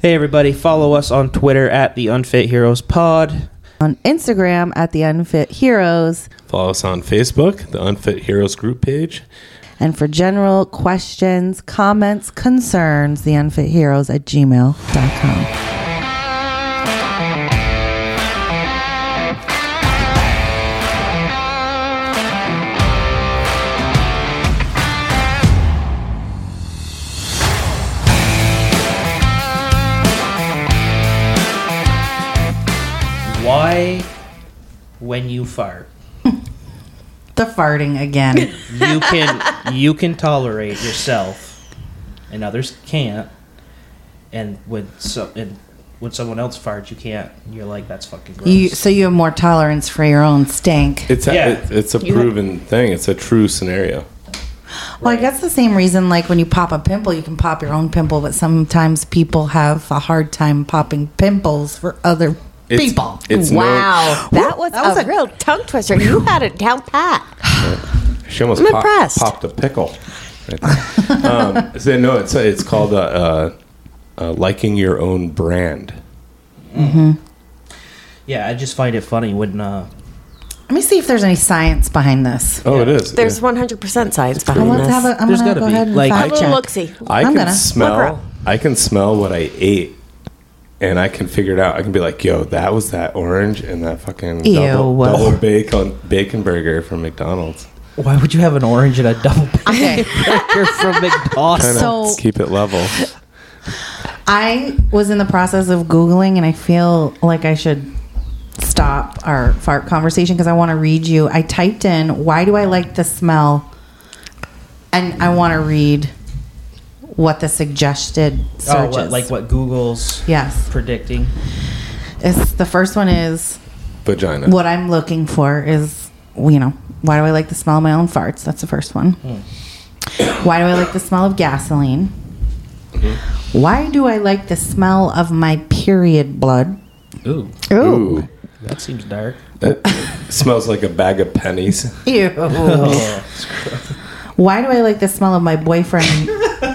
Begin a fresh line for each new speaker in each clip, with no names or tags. Hey everybody, follow us on Twitter at the Unfit Heroes Pod.
on Instagram at the Unfit Heroes.
Follow us on Facebook, the Unfit Heroes group page.
And for general questions, comments, concerns, the unfit heroes at gmail.com.
Why, when you fart,
The farting again.
you can you can tolerate yourself, and others can't. And when so and when someone else farts, you can't. You're like, that's fucking gross.
you, so you have more tolerance for your own stink.
It's a,
Yeah.
it- it's a
You-
proven thing. It's a true scenario.
Well, I
Right.
guess the same reason, like when you pop a pimple, you can pop your own pimple, but sometimes people have a hard time popping pimples for other
It's,
people.
It's
wow, that was,
That was
a,
a-
real tongue twister. You had it down pat.
No, she almost
I'm
pop-
impressed.
popped a pickle. Right there. um, so, no, it's it's called uh, uh, uh, liking your own brand.
yeah, I just find it funny when uh,
Let me see if there's any science behind this.
Oh, it is.
There's
yeah.
100% science
I
behind
want to
this.
have a, I'm
There's
gonna
gotta
go
be,
ahead and
like-
fact
I
Have a little
check.
look-see.
I
I'm
can
gonna-
smell.
around.
I can smell what I ate, and I can figure it out. I can be like, "Yo, that was that orange and that fucking double,
Ew.
double bacon bacon burger from McDonald's."
why would you have an orange and a double
Okay.
burger from McDonald's?
So-
keep it level.
I was in the process of Googling and I feel like I should stop our fart conversation because I want to read you. I typed in, why do I like the smell? And I want to read what the suggested
Oh,
search
what,
is.
like what Google's
Yes.
predicting.
It's, the first one is
Vagina.
what I'm looking for is, you know, why do I like the smell of my own farts? That's the first one.
Hmm.
Why do I like the smell of gasoline?
Mm-hmm.
Why do I like the smell of my period blood?
Ooh,
Ooh,
that seems dark.
that smells like a bag of pennies.
Mm-hmm.
Oh,
Ew. Why do I like the smell of my boyfriend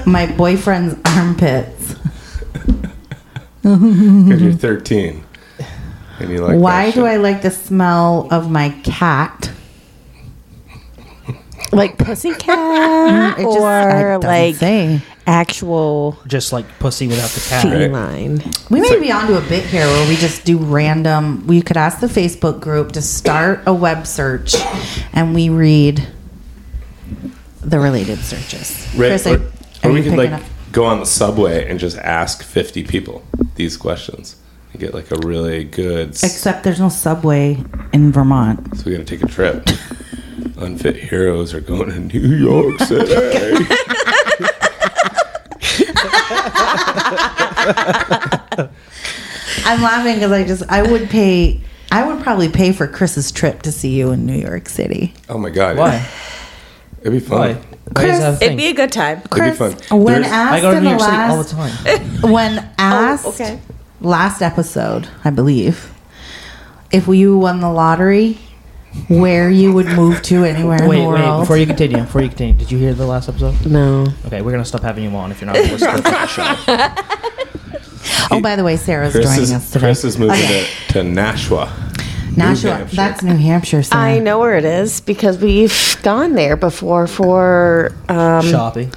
my boyfriend's armpits?
Because you're 13, and you like.
Why
that
do I
shit.
like the smell of my cat?
like pussycat
It just- I-
or
doesn't
like
say.
actual
Just like pussy without the cat.
feline.
We may be onto a bit here where we just do random we could ask the Facebook group to start a web search and we read the related searches.
Right,
Chris,
or,
are
or
you
we could
picking
like
up?
go on the subway and just ask 50 people these questions and get like a really good. s-
Except there's no subway in Vermont.
So we gotta take a trip. Unfit heroes are going to New York City.
I'm laughing because I just I would pay I would probably pay for Chris's trip to see you in New York City.
oh my god!
Why?
It'd be fun.
Why? Why is that a thing?
a good time.
It'd be
Chris,
fun.
when
There's-
asked
I go to
in
New
the
York City all the
last
time. Oh,
when asked
okay.
last episode, I believe, if you won the lottery, where you would move to anywhere in
Wait,
the
wait,
world.
before you continue, before you continue, did you hear the last episode?
No.
Okay, we're gonna stop having you on if you're not listening to the show.
oh, by the way, Sarah's
Chris
joining
is,
us today.
Chris is moving
Okay.
to, to Nashua.
Nashua,
Hampshire.
that's New Hampshire. Sarah.
I know where it is because we've gone there before for um
Shopping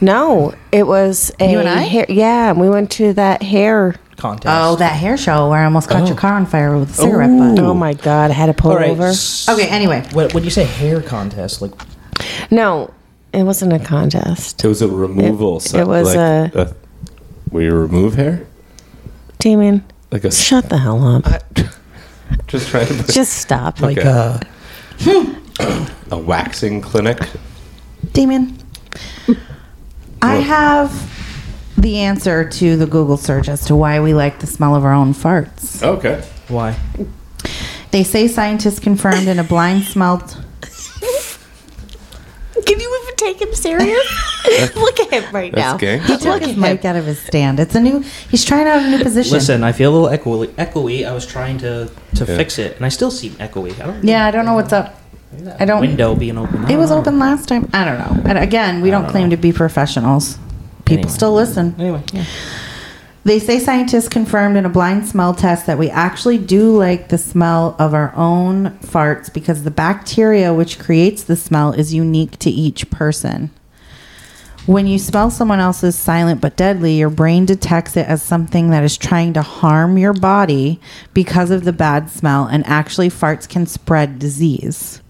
no, it was a
You and I?
hair yeah, and we went to that hair.
contest.
Oh, that hair show where I almost caught your
Oh.
car on fire with a cigarette butt.
Oh my god, I had to pull
all right.
over.
s-
Okay, anyway,
What, when you say hair contest, like
No, it wasn't a contest.
It was a removal.
It- it was
like
a-
Will you remove hair?
Damien,
Like a. s-
shut the hell up.
Just trying to.
Just stop.
like
Okay.
uh,
a waxing clinic.
Damon, I have the answer to the Google search as to why we like the smell of our own farts.
Okay.
why?
They say scientists confirmed in a blind smell.
Can you even take him serious? Look at him right
That's gay.
now.
He took his mic out of his stand. It's a new. He's trying out a new position.
Listen, I feel a little echoey. echoey. I was trying to to fix it, and I still seem echoey. I don't.
Yeah, I don't know what's up. I don't.
Window being open. I
It
don't
was
know.
open last time. I don't know. And again, we don't claim to be professionals. People
Anyway.
still listen.
Anyway, yeah.
They say scientists confirmed in a blind smell test that we actually do like the smell of our own farts because the bacteria which creates the smell is unique to each person. When you smell someone else's silent but deadly, your brain detects it as something that is trying to harm your body because of the bad smell, and actually, farts can spread disease.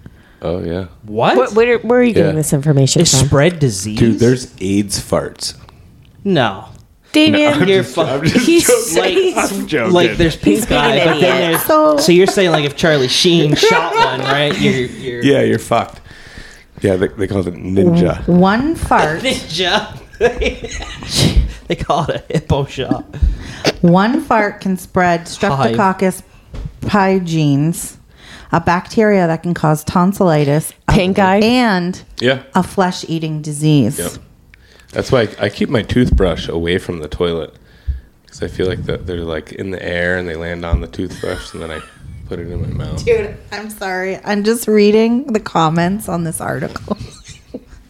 Oh yeah,
What?
Where, where, where are you getting
Yeah.
this information
It
from?
spread disease?
dude. There's AIDS farts.
no.
Damien,
You're fucking.
he's,
Like,
he's-
like there's
He's
pink
being
eye,
an
but
idiot.
then there's.
So,
So you're saying like if Charlie Sheen shot one, right? You're, you're
Yeah, you're fucked. Yeah, they, they call it ninja.
one fart,
ninja. they call it a hippo shot.
one fart can spread Streptococcus pyogenes, a bacteria that can cause tonsillitis, a-
Pink eye?
and
Yeah,
a flesh-eating disease.
Yep. that's why I, I keep my toothbrush away from the toilet because I feel like the, they're like in the air and they land on the toothbrush and then I put it in my mouth.
Dude, I'm sorry. I'm just reading the comments on this article.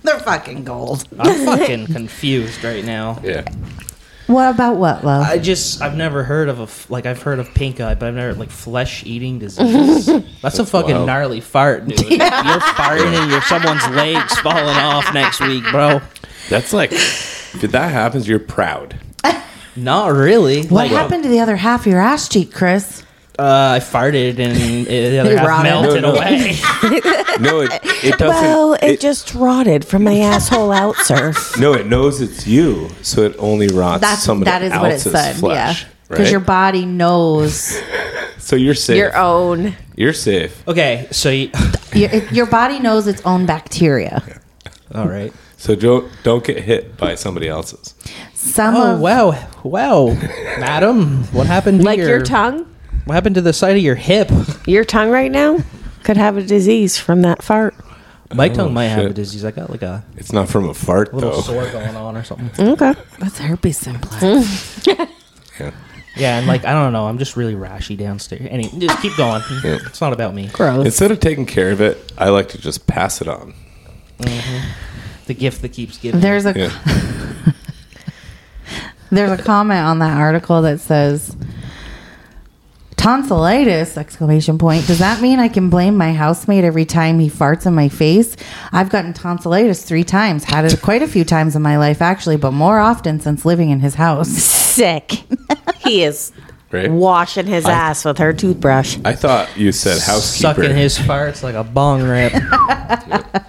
They're fucking gold.
I'm fucking confused right now.
Yeah,
What about what, love?
I just I've never heard of a f- like I've heard of pink eye, but I've never like flesh eating disease. That's, a fucking
wild.
gnarly fart, dude. You're farting and your someone's legs falling off next week, bro.
that's like if that happens, you're proud.
Not really.
what
like
happened to the other half of your ass cheek, Chris?
uh, I farted and it, the
You
other half melted
rotted.
No, no.
away.
No, it, it doesn't.
well, it, just rotted from my asshole out, sir.
No, it knows it's you, so it only rots
That's
somebody
that is what it
else's
said.
flesh.
yeah, because
Right?
your body knows
so you're safe.
Your
You're,
own.
safe.
okay, so you,
your, it- your body knows its own bacteria.
all right.
So don't don't get hit by somebody else's.
Some
Oh
of
wow, wow, madam, what happened? To
Like
your,
your tongue?
What happened to the side of your hip?
Your tongue right now could have a disease from that fart.
My tongue might have a
Oh, shit. Oh.
disease. I got like a
It's not from a fart
little
though.
sore going on or something.
Okay.
what's herpes simplex?
Yeah.
Yeah, and like I don't know, I'm just really rashy downstairs. Any, just keep going. It's not about me.
Gross.
Instead of taking care of it, I like to just pass it on.
Mm-hmm. The gift that keeps giving.
There's a
Yeah.
There's a comment on that article that says tonsillitis exclamation point does that mean i can blame my housemate every time he farts in my face i've gotten tonsillitis three times had it quite a few times in my life actually but more often since living in his house
Sick. he is
Right?
washing his ass with her toothbrush.
I thought you said housekeeper.
sucking his farts like a bong rip. uh,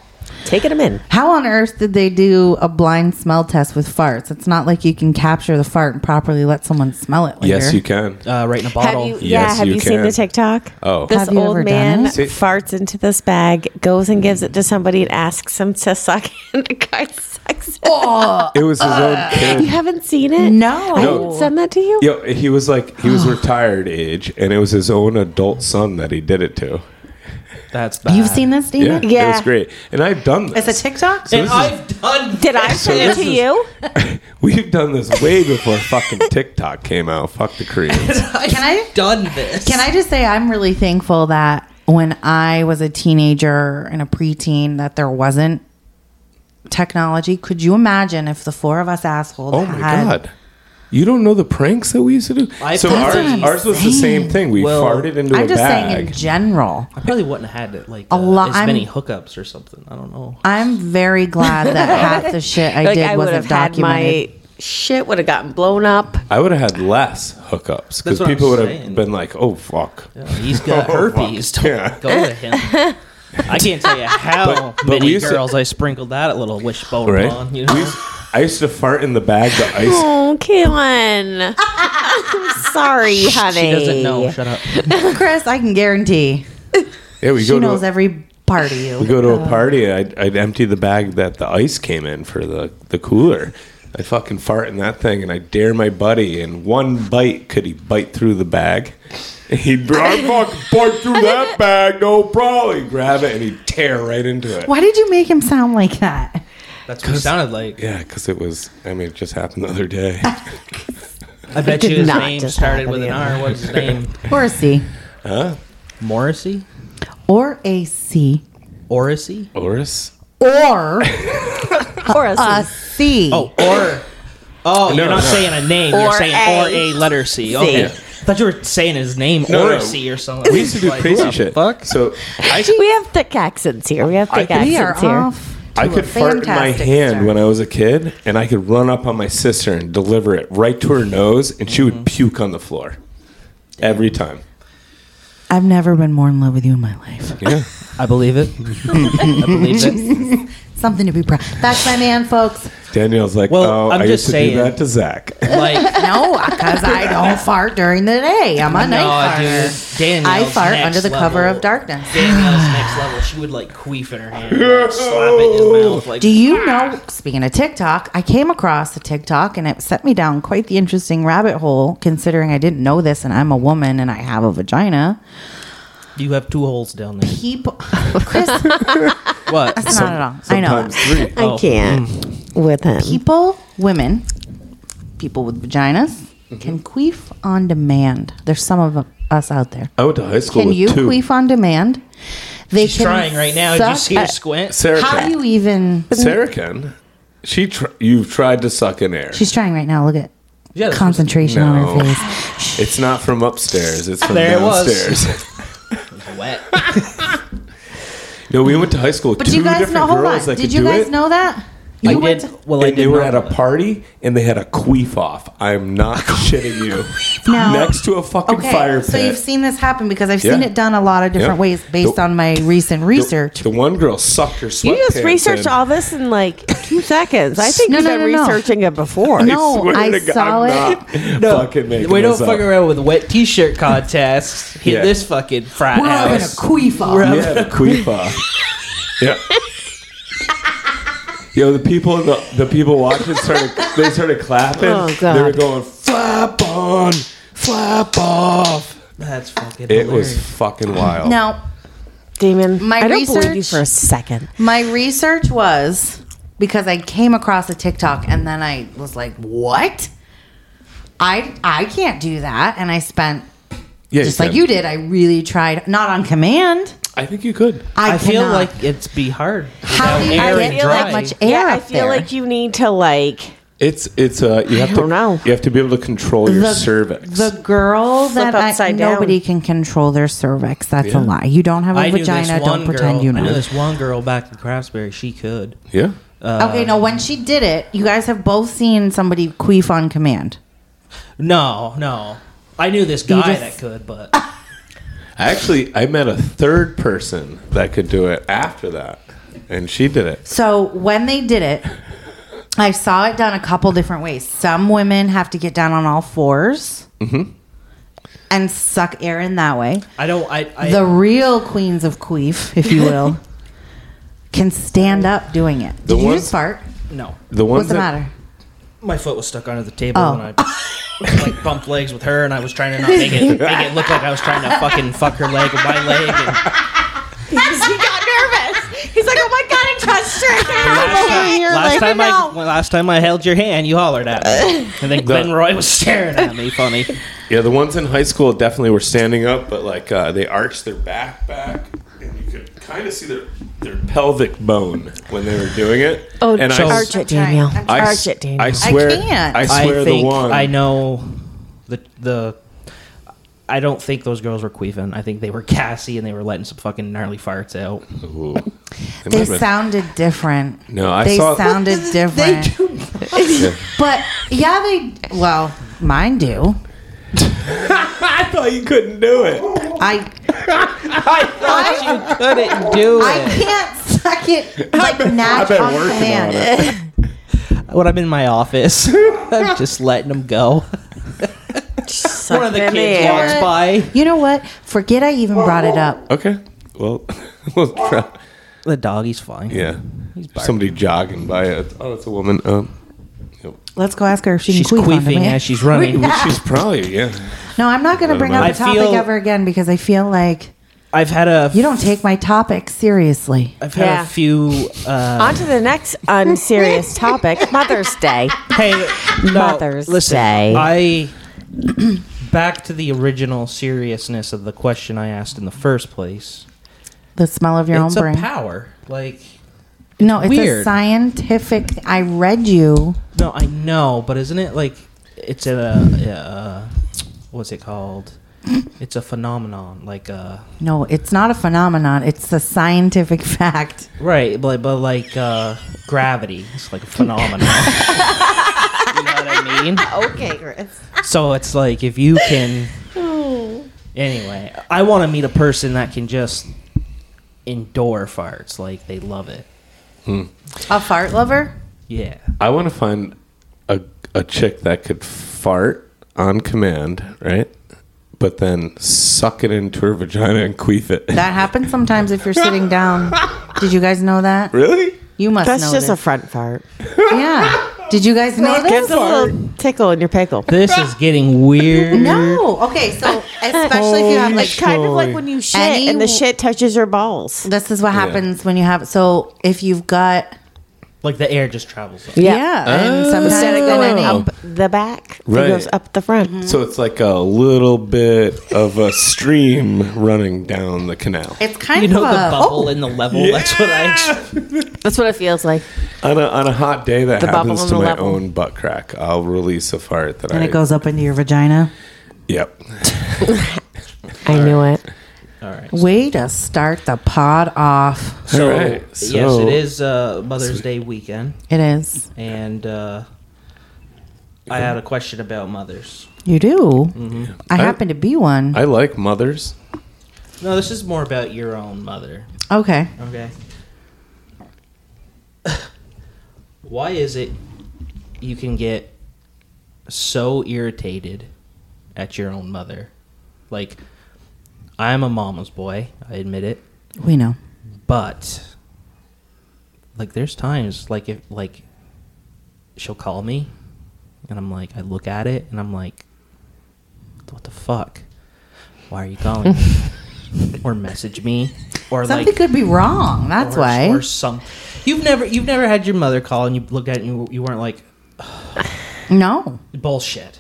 Taking him in.
how on earth did they do a blind smell test with farts it's not like you can capture the fart and properly let someone smell it later
yes, you can.
Uh, right in a
Have
bottle.
you, yeah,
Yes,
have you,
you
seen
can.
the TikTok?
Oh.
This
Have you
old
ever done
man
it?
See-
farts into this bag, goes and gives it to somebody and asks him to suck, and the guy sucks it.
Uh,
It was his own
You
kid.
haven't seen it?
No.
I
No.
didn't send that to you?
Yo, he was like he was retired age, and it was his own adult son that he did it to.
That's bad.
have seen this
Yeah,
Dina?
Yeah.
it was great. And I've done this.
it's a tiktok
And
this is-
I've done.
Did I send it
this
to
is-
you?
We've done this way before fucking TikTok came out. Fuck the Koreans.
Can
I-
Done this.
Can I just say I'm really thankful that when I was a teenager and a preteen that there wasn't technology. Could you imagine if the four of us assholes
Oh my
had
god. You don't know the pranks that we used to do.
I-
so
That's
ours,
what I'm
ours was the
saying.
same thing. We
Well,
farted into a
I'm just saying in
bag.
general.
I probably wouldn't have had like
A
a
lot-
lot, as
I'm-
many hookups or something. I don't know.
I'm very glad that half the shit I
Like,
did
I would have
wasn't
had
documented.
my shit, would have gotten blown up.
I would have had less hookups because
That's what I'm
people would have
saying.
been like, "Oh fuck."
Yeah, he's got
Oh,
herpes.
fuck.
Don't
Yeah.
go to him. I can't tell you how
But- but we
many
used to-
girls I sprinkled that little wishbone
Right?
on. You know?
We used- I used to fart in the bag the ice.
Oh, Kaylin. I'm sorry, honey.
she doesn't know. Shut up.
Chris, I can guarantee
Yeah, we
she
go
knows
to a,
every part of you.
we go to a party. and I'd, I'd empty the bag that the ice came in for the the cooler. I fucking fart in that thing, and I dare my buddy. And one bite could he bite through the bag? He'd be, I fucking bite through that bag, no problem. He'd grab it and he'd tear right into it.
Why did you make him sound like that?
That's what it sounded like.
Yeah, because it was. I mean, it just happened the other day.
I bet
did
you his
not
name
just
started
happen
with an
to
R. What's his name?
Or a C.
huh?
Morrissey?
Or a C.
Orissey?
Oris?
Or
Or a
a C.
Oh,
Oh, or Oh, you're
No,
not
no.
saying a name. you're
Or
saying
a
or a letter C. Okay.
Yeah.
I thought you were saying his name
No,
or
no.
a C or something.
We used to do
Like,
crazy
what the
shit.
Fuck.
So I,
We have thick accents here. We have
I
thick
could-
We
accents
are
here.
off.
I
to a
could fart in my
fantastic
hand
start.
when I was a kid, and I could run up on my sister and deliver it right to her nose, and she
Mm-hmm.
would puke on the floor every time.
I've never been more in love with you in my life.
Yeah.
I believe it. I believe it.
Something to be proud. That's my man, folks.
Danielle's like,
Well,
oh,
I'm
I
just
used to
saying.
do that to Zach.
Like,
No, because I don't fart during the day. I'm a
no,
night
dude.
farter.
Danielle's
I fart
next
under the cover
level.
of darkness.
Danielle's next level. She would like queef in her hand, and, like, slap it in his mouth. Like,
Do you know? Speaking of TikTok, I came across a TikTok and it set me down quite the interesting rabbit hole. Considering I didn't know this, and I'm a woman and I have a vagina.
you have two holes down there.
People, Chris, that's
What?
not at all. I know.
Sometimes three.
Oh.
I can't
Mm.
with him.
people, women, people with vaginas can queef on demand. There's some of us out there.
I went to high school
Can
with
you
two.
queef on demand? They
She's trying right now. Did you
suck
see her
at-
squint?
Sarah
How do
can.
you even?
Sarah can. She tr- you've tried to suck in air.
She's trying right now. Look at
Yeah, that's-
concentration on
No.
her face.
It's not from upstairs. It's from
There it was.
downstairs.
wet.
no, we went to high school with
But
two
do you guys
different
know? Hold
girls
on.
that could
Did you
do
guys
it.
know that?
I
You went
did.
to-
well, I
and
did
they were
not
at a
know that.
party and they had a queef off. I'm not shitting you.
Now-
Next to a fucking
Okay,
fire pit.
so you've seen this happen because I've
Yeah.
seen it done a lot of different
Yeah.
ways based
The-
on my recent
The-
research.
The, one girl sucked her sweatpants.
You just researched
in.
all this in like two seconds. I think
No,
you've
no,
been
no, no.
researching it before.
No. I saw
it.
No,
fucking making
we don't
this up.
fuck around with wet T-shirt contests. Hit
Yeah.
this fucking frat
We're having a
house.
queef off.
Yeah, the queef off. Yeah. Yo, the people, the, the people watching started. They started clapping.
Oh, God.
They were going flap on, flap off.
That's fucking.
It
hilarious.
was fucking wild.
Now,
Damon,
My
I don't believe you
research-
for a second.
my research was because I came across a TikTok and then I was like, "What? I I can't do that." And I spent
Yeah,
just like you did. I really tried, not on command.
I think you could.
I,
I feel
cannot.
like it's be hard. without
How do you
air
get
and
that
dry.
much air
yeah, I
up
feel
there?
like you need to like
It's it's uh you have to
don't know.
you have to be able to control your
The-
cervix.
The girl
Flip
that I-
upside down.
nobody can control their cervix. That's
Yeah.
a lie. You don't have a
I knew
vagina.
this one
Don't pretend
girl.
you
I knew
know.
this one girl back in Craftsbury. She could.
yeah.
okay, no. When she did it, you guys have both seen somebody queef on command.
No, no. I knew this guy
just-
that could, but
Actually, I met a third person that could do it after that, and she did it.
So when they did it, I saw it done a couple different ways. Some women have to get down on all 4s
Mm-hmm.
and suck air in that way.
I don't. I. I
the real queens of queef, if you will, can stand up doing it.
The
Did you
ones-
just fart?
no.
The ones
What's the
that-
matter?
My foot was stuck under the table,
Oh.
and I like bumped legs with her, and I was trying to not make it make it look like I was trying to fucking fuck her leg with my leg. And,
he got nervous. He's like, "Oh my god, I touched her!"
last time I well, last time I held your hand, you hollered at me, and then Glenn Roy was staring at me. Funny.
Yeah, the ones in high school definitely were standing up, but like uh, they arched their back back, and you could kind of see their their pelvic bone when they were doing it.
Oh,
and
so- Arch it, Daniel.
I,
Arch it, Daniel.
I swear, I,
can't.
swear
I
the
think
one.
I know the the. I don't think those girls were queefing. I think they were Cassie and they were letting some fucking gnarly farts out.
Ooh. It
They
might've been-
sounded different.
No, I
they
saw-
sounded different. But yeah, they well, mine do.
I thought you couldn't do it.
I
I couldn't do
I
it.
can't suck it like
I've
natural
been working
command.
on it.
When I'm in my office, I'm just letting them go. One of the kids walks by.
You know what? Forget I even brought it up.
Okay, well, we'll try.
The doggy's fine.
Yeah, somebody jogging by. It. Oh, it's a woman. Um, yep.
Let's go ask her if she
She's
can queef on
queefing
demand.
as she's running.
she's probably yeah.
No, I'm not going to bring up
I
the topic
feel-
ever again because I feel like
I've had a
you don't take my topic seriously.
I've had
Yeah.
a few. Uh,
On to the next unserious topic: Mother's Day.
hey, no,
Mother's
listen,
Day.
I back to the original seriousness of the question I asked in the first place.
The smell of your
it's
own
a
brain.
power. Like
No, it's a
Weird.
scientific. I read you.
No, I know, but isn't it like it's a, uh what's it called? It's a phenomenon, like uh
No, it's not a phenomenon. It's a scientific fact.
right, but but like uh gravity. It's like a phenomenon. you know what I mean?
Okay, Chris.
So it's like if you can. Anyway, I want to meet a person that can just endure farts, like they love it.
A fart lover?
Yeah.
I want to find a a chick that could fart on command, right? But then suck it into her vagina and queef it.
That happens sometimes if you're sitting down. Did you guys know that?
really?
You must
That's
know
just a
this.
front fart.
yeah. Did you guys know this?
Gives a little tickle in your pickle.
This is getting weird.
No. Okay, so especially if you have like
It's kind of like when you shit
Any-
and the shit touches your balls.
this is what happens when you have so if you've got
Like the air just travels up.
yeah, and
Oh.
sometimes
Instead of
then
going
any-
up the back,
Right.
it goes up the front.
So it's like a little bit of a stream running down the canal.
it's kind
You know
of
the
a, oh,
bubble and the level? That's what I.
That's what it feels like.
On a, on a hot day, that
The bubble
happens
on
to
the
my
level.
own butt crack. I'll release a fart that
and
I.
it goes up into your vagina.
Yep.
I knew it.
All right.
Way to start the pod off.
So,
All right,
yes,
so-
it is uh, Mother's Day weekend,
It is.
and uh, I had a question about mothers.
You do.
Mm-hmm.
I happen to be one.
I like mothers.
No, this is more about your own mother.
okay.
Okay. Why is it you can get so irritated at your own mother? Like, I'm a mama's boy, I admit it,
We know.
but like, there's times like if like she'll call me, and I'm like, I look at it, and I'm like, what the fuck? Why are you calling me? or message me? Or
Something
like,
could be wrong. That's
or,
why.
or some you've never you've never had your mother call and you looked at it and you, you weren't like
No.
bullshit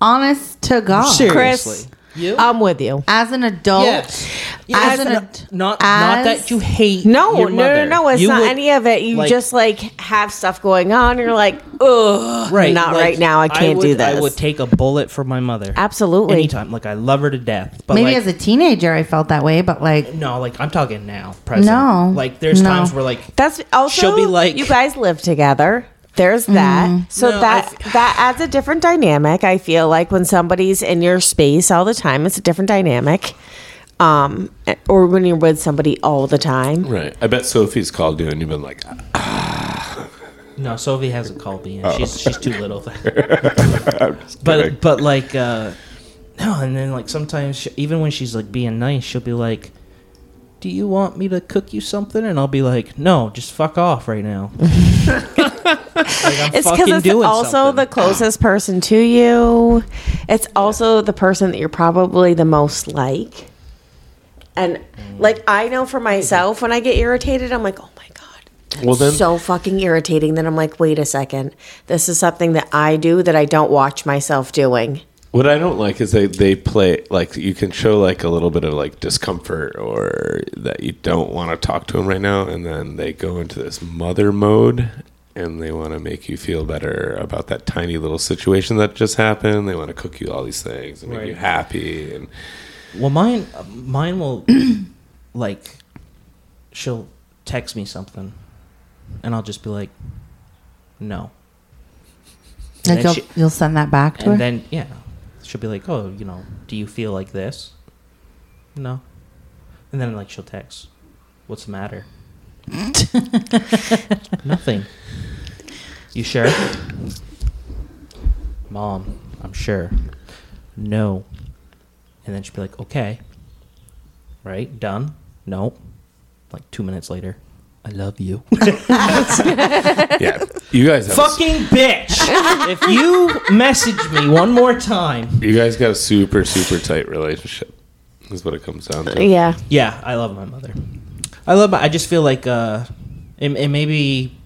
Honest to
Oh,
God.
seriously you
I'm with you.
As an adult,
yes Yes.
as an
No-
ad-
not not
as-
that you hate
No,
your
no, no,
mother.
no. It's
You
not
would-
any of it. You
like-
just like have stuff going on. You're like, ugh,
right
not
like,
right now. I can't
would-
do this.
I would take a bullet for my mother
Absolutely.
anytime like I love her to death but
maybe
like,
as a teenager, I felt that way, but like,
no like I'm talking now present
No.
like there's
No.
times where like
That's also.
She'll be like-
you guys live together. There's that. So
No, I
that
f-
that adds a different dynamic. I feel like when somebody's in your space all the time, it's a different dynamic. Um, or when you're with somebody all the time.
Right. I bet Sophie's called you and you've been like,
No, Sophie hasn't called me. In. She's she's too little. but but like uh, no, and then like sometimes she, even when she's like being nice, she'll be like, "Do you want me to cook you something?" And I'll be like, "No, just fuck off right now." like I'm
It's because
fucking
it's
doing
also
something.
the closest person to you. It's also the person that you're probably the most like. And
Mm.
like I know for myself, when I get irritated, I'm like, oh my god, that's
Well, then-
so fucking irritating. Then I'm like, wait a second, this is something that I do that I don't watch myself doing.
What I don't like is they they play like you can show like a little bit of like discomfort or that you don't want to talk to them right now, and then they go into this mother mode and they want to make you feel better about that tiny little situation that just happened. They want to cook you all these things and make
Right.
you happy. And
Well, mine, mine will, like, she'll text me something, and I'll just be like, "No,"
like
then
you'll,
she-
you'll send that back to her.
and then yeah, she'll be like, "Oh, you know, do you feel like this?" No, and then like she'll text, "What's the matter?" Nothing. You sure? Mom, I'm sure. No. And then she'll be like, "Okay, right, done." No. Like two minutes later, I love you.
yeah, you guys have a,
Fucking bitch! if you message me one more time.
you guys got a super super tight relationship. Is what it comes down to.
Yeah,
Yeah, I love my mother. I love. My, I just feel like uh, it, it maybe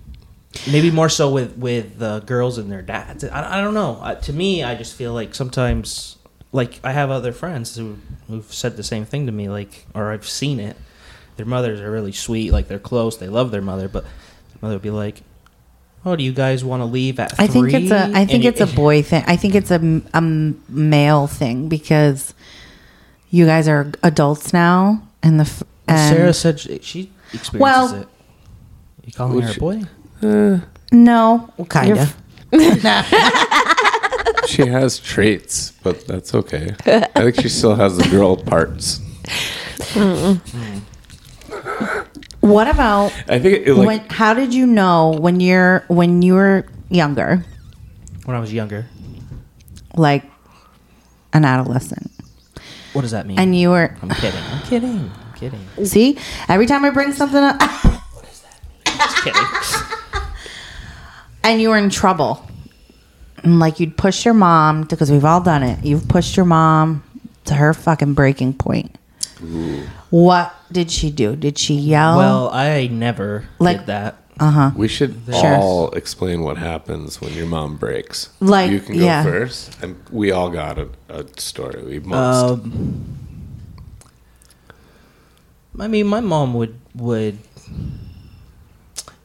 maybe more so with with uh, girls and their dads. I, I don't know. Uh, to me, I just feel like sometimes like I have other friends who who've said the same thing to me, like or I've seen it, their mothers are really sweet, like they're close, they love their mother, but the mother would be like, "Oh, do you guys want to leave at
I think it's a.
three?"
I
And
think
you-
it's a boy thing. I think it's a, m- a m- male thing because you guys are adults now, and the f- and
Sarah said she, she experiences
Well-
it. You calling her
Which-
a boy?
no, well, kind
You're
of.
f-
She has traits, but that's okay. I think she still has the girl parts.
What about
I think it, like
when? How did you know when you're when you were younger,
When I was younger,
like an adolescent,
what does that mean?
and you were
I'm kidding. I'm kidding. I'm kidding.
see every time I bring something up,
Just kidding.
and you were in trouble, and like you'd push your mom because we've all done it. You've pushed your mom to her fucking breaking point. What did she do? Did she yell?
Well, I never
Like-
did that.
we should
Sure.
all explain what happens when your mom breaks.
Like,
you can go
yeah.
first, and we all got a, a story. We must.
Um, I mean, my mom would would.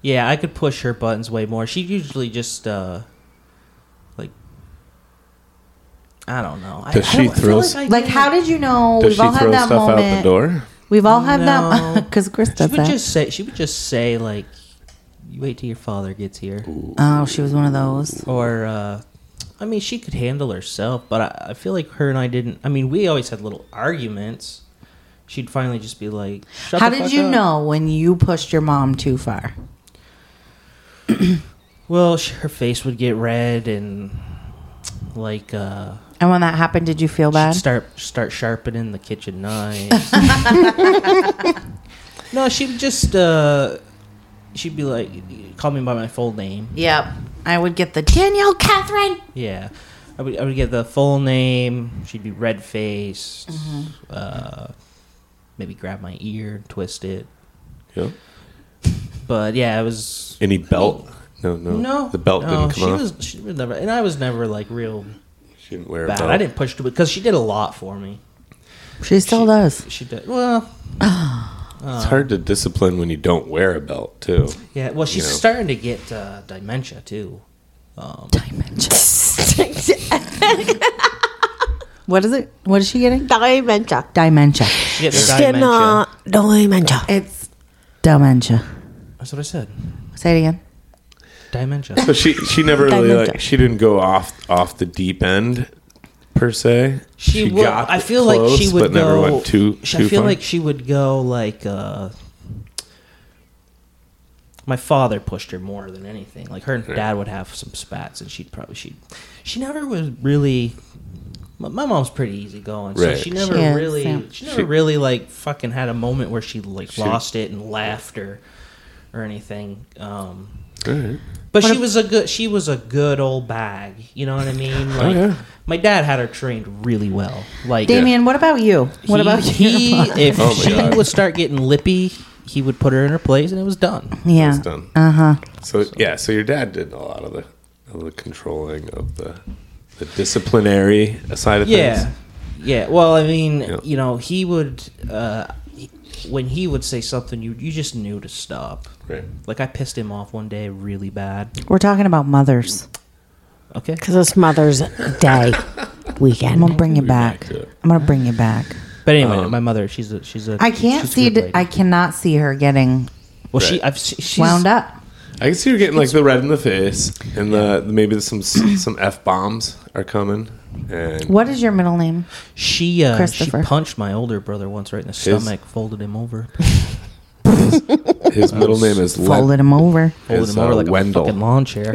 Yeah, I could push her buttons way more. She usually just uh, like. I don't know. I-
Does
I,
she
don't- I feel
throw s-
I
like
did-
how did you know?
Does
we've all
she throw
had that
stuff
moment.
out the door?
We've all had
No.
that because Chris
She
does
would
that.
just say. She would just say like, "You wait till your father gets here,"
oh, she was one of those.
or. Uh, I mean, she could handle herself, but I, I feel like her and I didn't. I mean, we always had little arguments. She'd finally just be like, Shut
How
the
did
fuck
you
up."
know when you pushed your mom too far?
Well, sh her face would get red and like uh
And when that happened, did you feel bad?
she'd start start sharpening the kitchen knife. no, she would just uh she'd be like call me by my full name.
Yep. I would get the Danielle Catherine.
Yeah. I would I would get the full name. She'd be red faced. Uh maybe grab my ear and twist it.
Yeah.
But yeah, it was
Any belt? No, no.
no,
The belt
no,
didn't come
she
off.
Was, she was never, and I was never like real
she didn't wear a
bad.
belt.
I didn't push to because she did a lot for me.
She still
She-
does.
She did. Well,
It's
uh,
hard to discipline when you don't wear a belt, too.
yeah. Well, she's
You know.
starting to get uh, dementia too.
What is it? What is she getting?
Dimension.
Dementia.
She gets
Skinner.
dementia.
Dimension.
It's dementia.
That's what I said.
Say it again.
Dementia.
So she she never really
Dimension.
like she didn't go off off the deep end per se.
She, would. I feel like she
close,
would
but
go.
never went too
sh-
too
I feel
far.
like she would go like. Uh, my father pushed her more than anything. Like her and dad would have some spats, and she'd probably she, she never was really. My, my mom's pretty easygoing, so
Right.
she never
She is,
really,
yeah.
she never
She-
really like fucking had a moment where she like lost it and laughed or, or anything. Um,
Alright.
but she was a good. She was a good old bag. You know what I mean?
Oh,
Like,
yeah.
My dad had her trained really well. Like
Damien, what about you? What
he-
about
he?
you?
If
Oh my
she
God.
would start getting lippy, he would put her in her place, and it was done.
yeah.
It's done. Uh
Uh-huh.
huh. So, yeah, so your dad did a lot of the of the controlling of the the disciplinary side of
Yeah,
things.
yeah. Well, I mean,
Yeah.
you know, he would uh, he- when he would say something, you you just knew to stop.
Right.
Like I pissed him off one day really bad.
We're talking about mothers.
Okay.
Because it's Mother's
I'm
Day
gonna
weekend.
bring you
back
back.
to it.
I'm gonna bring you back.
But anyway,
Um,
my mother, she's a she's a.
I can't
she's a
see.
good
d-
lady.
I cannot see her getting
well, she
Right.
I've she- she's,
wound up.
I can see you're getting like the red in the face, and the maybe some some f bombs are coming. And
What is your middle name?
She uh, she
Christopher.
punched my older brother once right in the stomach, folded him over,
his middle name is Len-
Folded him over.
folded
is,
him over
uh,
like
Wendell.
a fucking lawn chair.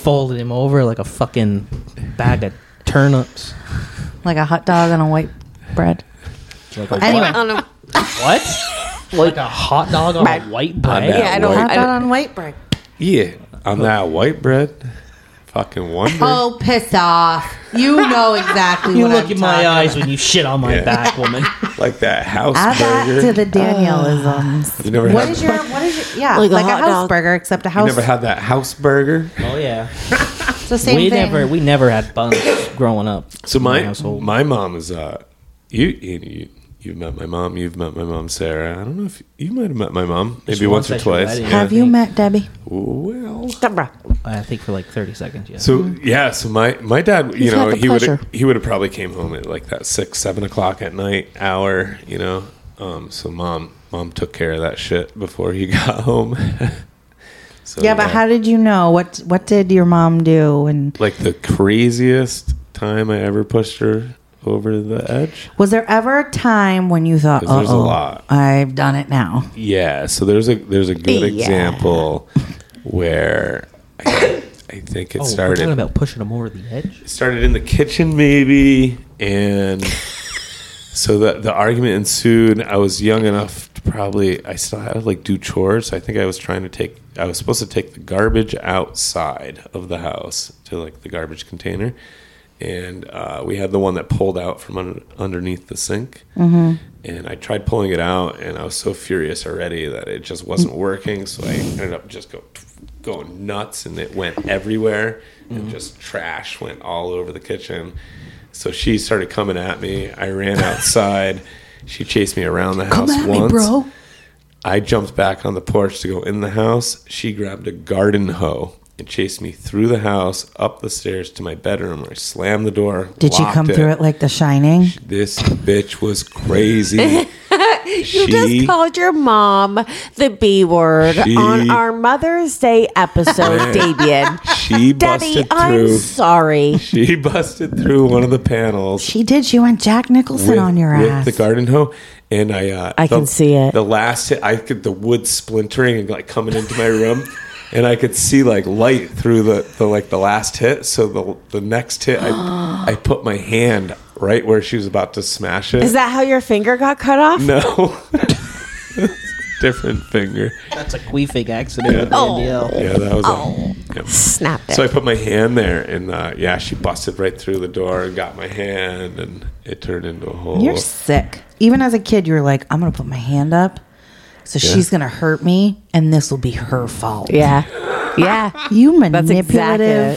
folded him over like a fucking bag of turnips.
Like a hot dog on a white bread.
Like a
Anyway.
On a-
what? like a hot dog on a white bread?
that
yeah, I don't.
white
I
Hot dog
don't
on white bread.
Yeah, on that white bread, fucking wonder.
Oh, piss off. You know exactly
You
what
look
I'm
in my
talking
uh,
eyes
about.
when you shit on my
Yeah.
back, woman.
like that house
I'm back
burger.
to the Danielisms.
you never
What
had
is your, what is your, yeah, Uh, like,
Like a
a,
hot
house
dog.
burger, except a
you
house.
never had that house burger.
Oh yeah,
it's the same
we
thing.
never we never had buns growing up.
So
in
my
household.
my mom is uh you you, you You've met my mom. You've met my mom, Sarah. I don't know if you might have met my mom,
Just
maybe once,
once
or
at your
twice.
wedding.
Yeah.
Have you met Debbie?
Well,
Deborah.
I think for like thirty seconds. Yeah.
so yeah, so my my dad, you
He's
know,
had the
he would
pleasure.
he would have probably came home at like that six seven o'clock at night hour, you know. Um, so mom mom took care of that shit before he got home. so,
yeah, but how did you know? What What did your mom do? And
like the craziest time I ever pushed her over the edge.
was there ever a time when you thought,
'Cause
"Oh,
there's a lot."
I've done it now"?
Yeah, so there's a there's a good
Yeah.
example where I, I think it
oh, we're
started
talking about pushing them over the edge.
it started in the kitchen maybe and so the the argument ensued. I was young enough to probably I still had to like do chores. I think I was trying to take I was supposed to take the garbage outside of the house to like the garbage container. And uh, we had the one that pulled out from un- underneath the sink.
Mm-hmm.
And I tried pulling it out, and I was so furious already that it just
Mm.
wasn't working. So I ended up just go, going nuts, and it went everywhere, and
Mm-hmm.
just trash went all over the kitchen. So she started coming at me. I ran outside. she chased me around the house once. I jumped back on the porch to go in the house. She grabbed a garden hoe and chased me through the house, up the stairs to my bedroom, where I slammed the door.
Did she
locked
come through it like The Shining?
This bitch was crazy.
You just called your mom the B word
She-
on our Mother's Day episode, Davian.
she
Debbie,
busted
I'm
through.
sorry.
She busted through one of the panels.
She did. She went Jack Nicholson on your
with
ass.
the garden hoe, and I uh,
I
the-
can see it.
The last hit, I could the wood splintering and like coming into my room, and I could see like light through the, the like the last hit. So the the next hit, I I put my hand right where she was about to smash it.
Is that how your finger got cut off?
no, different finger.
That's a queefing accident. with
Oh.
Danielle.
Yeah, that was. A, yeah.
Snapped it.
So I put my hand there, and uh, yeah, she busted right through the door and got my hand, and it turned into a whole.
You're sick. Even as a kid, you were like, I'm going to put my hand up. So she's going to hurt me, and this will be her fault.
yeah. Yeah.
You
That's
manipulative.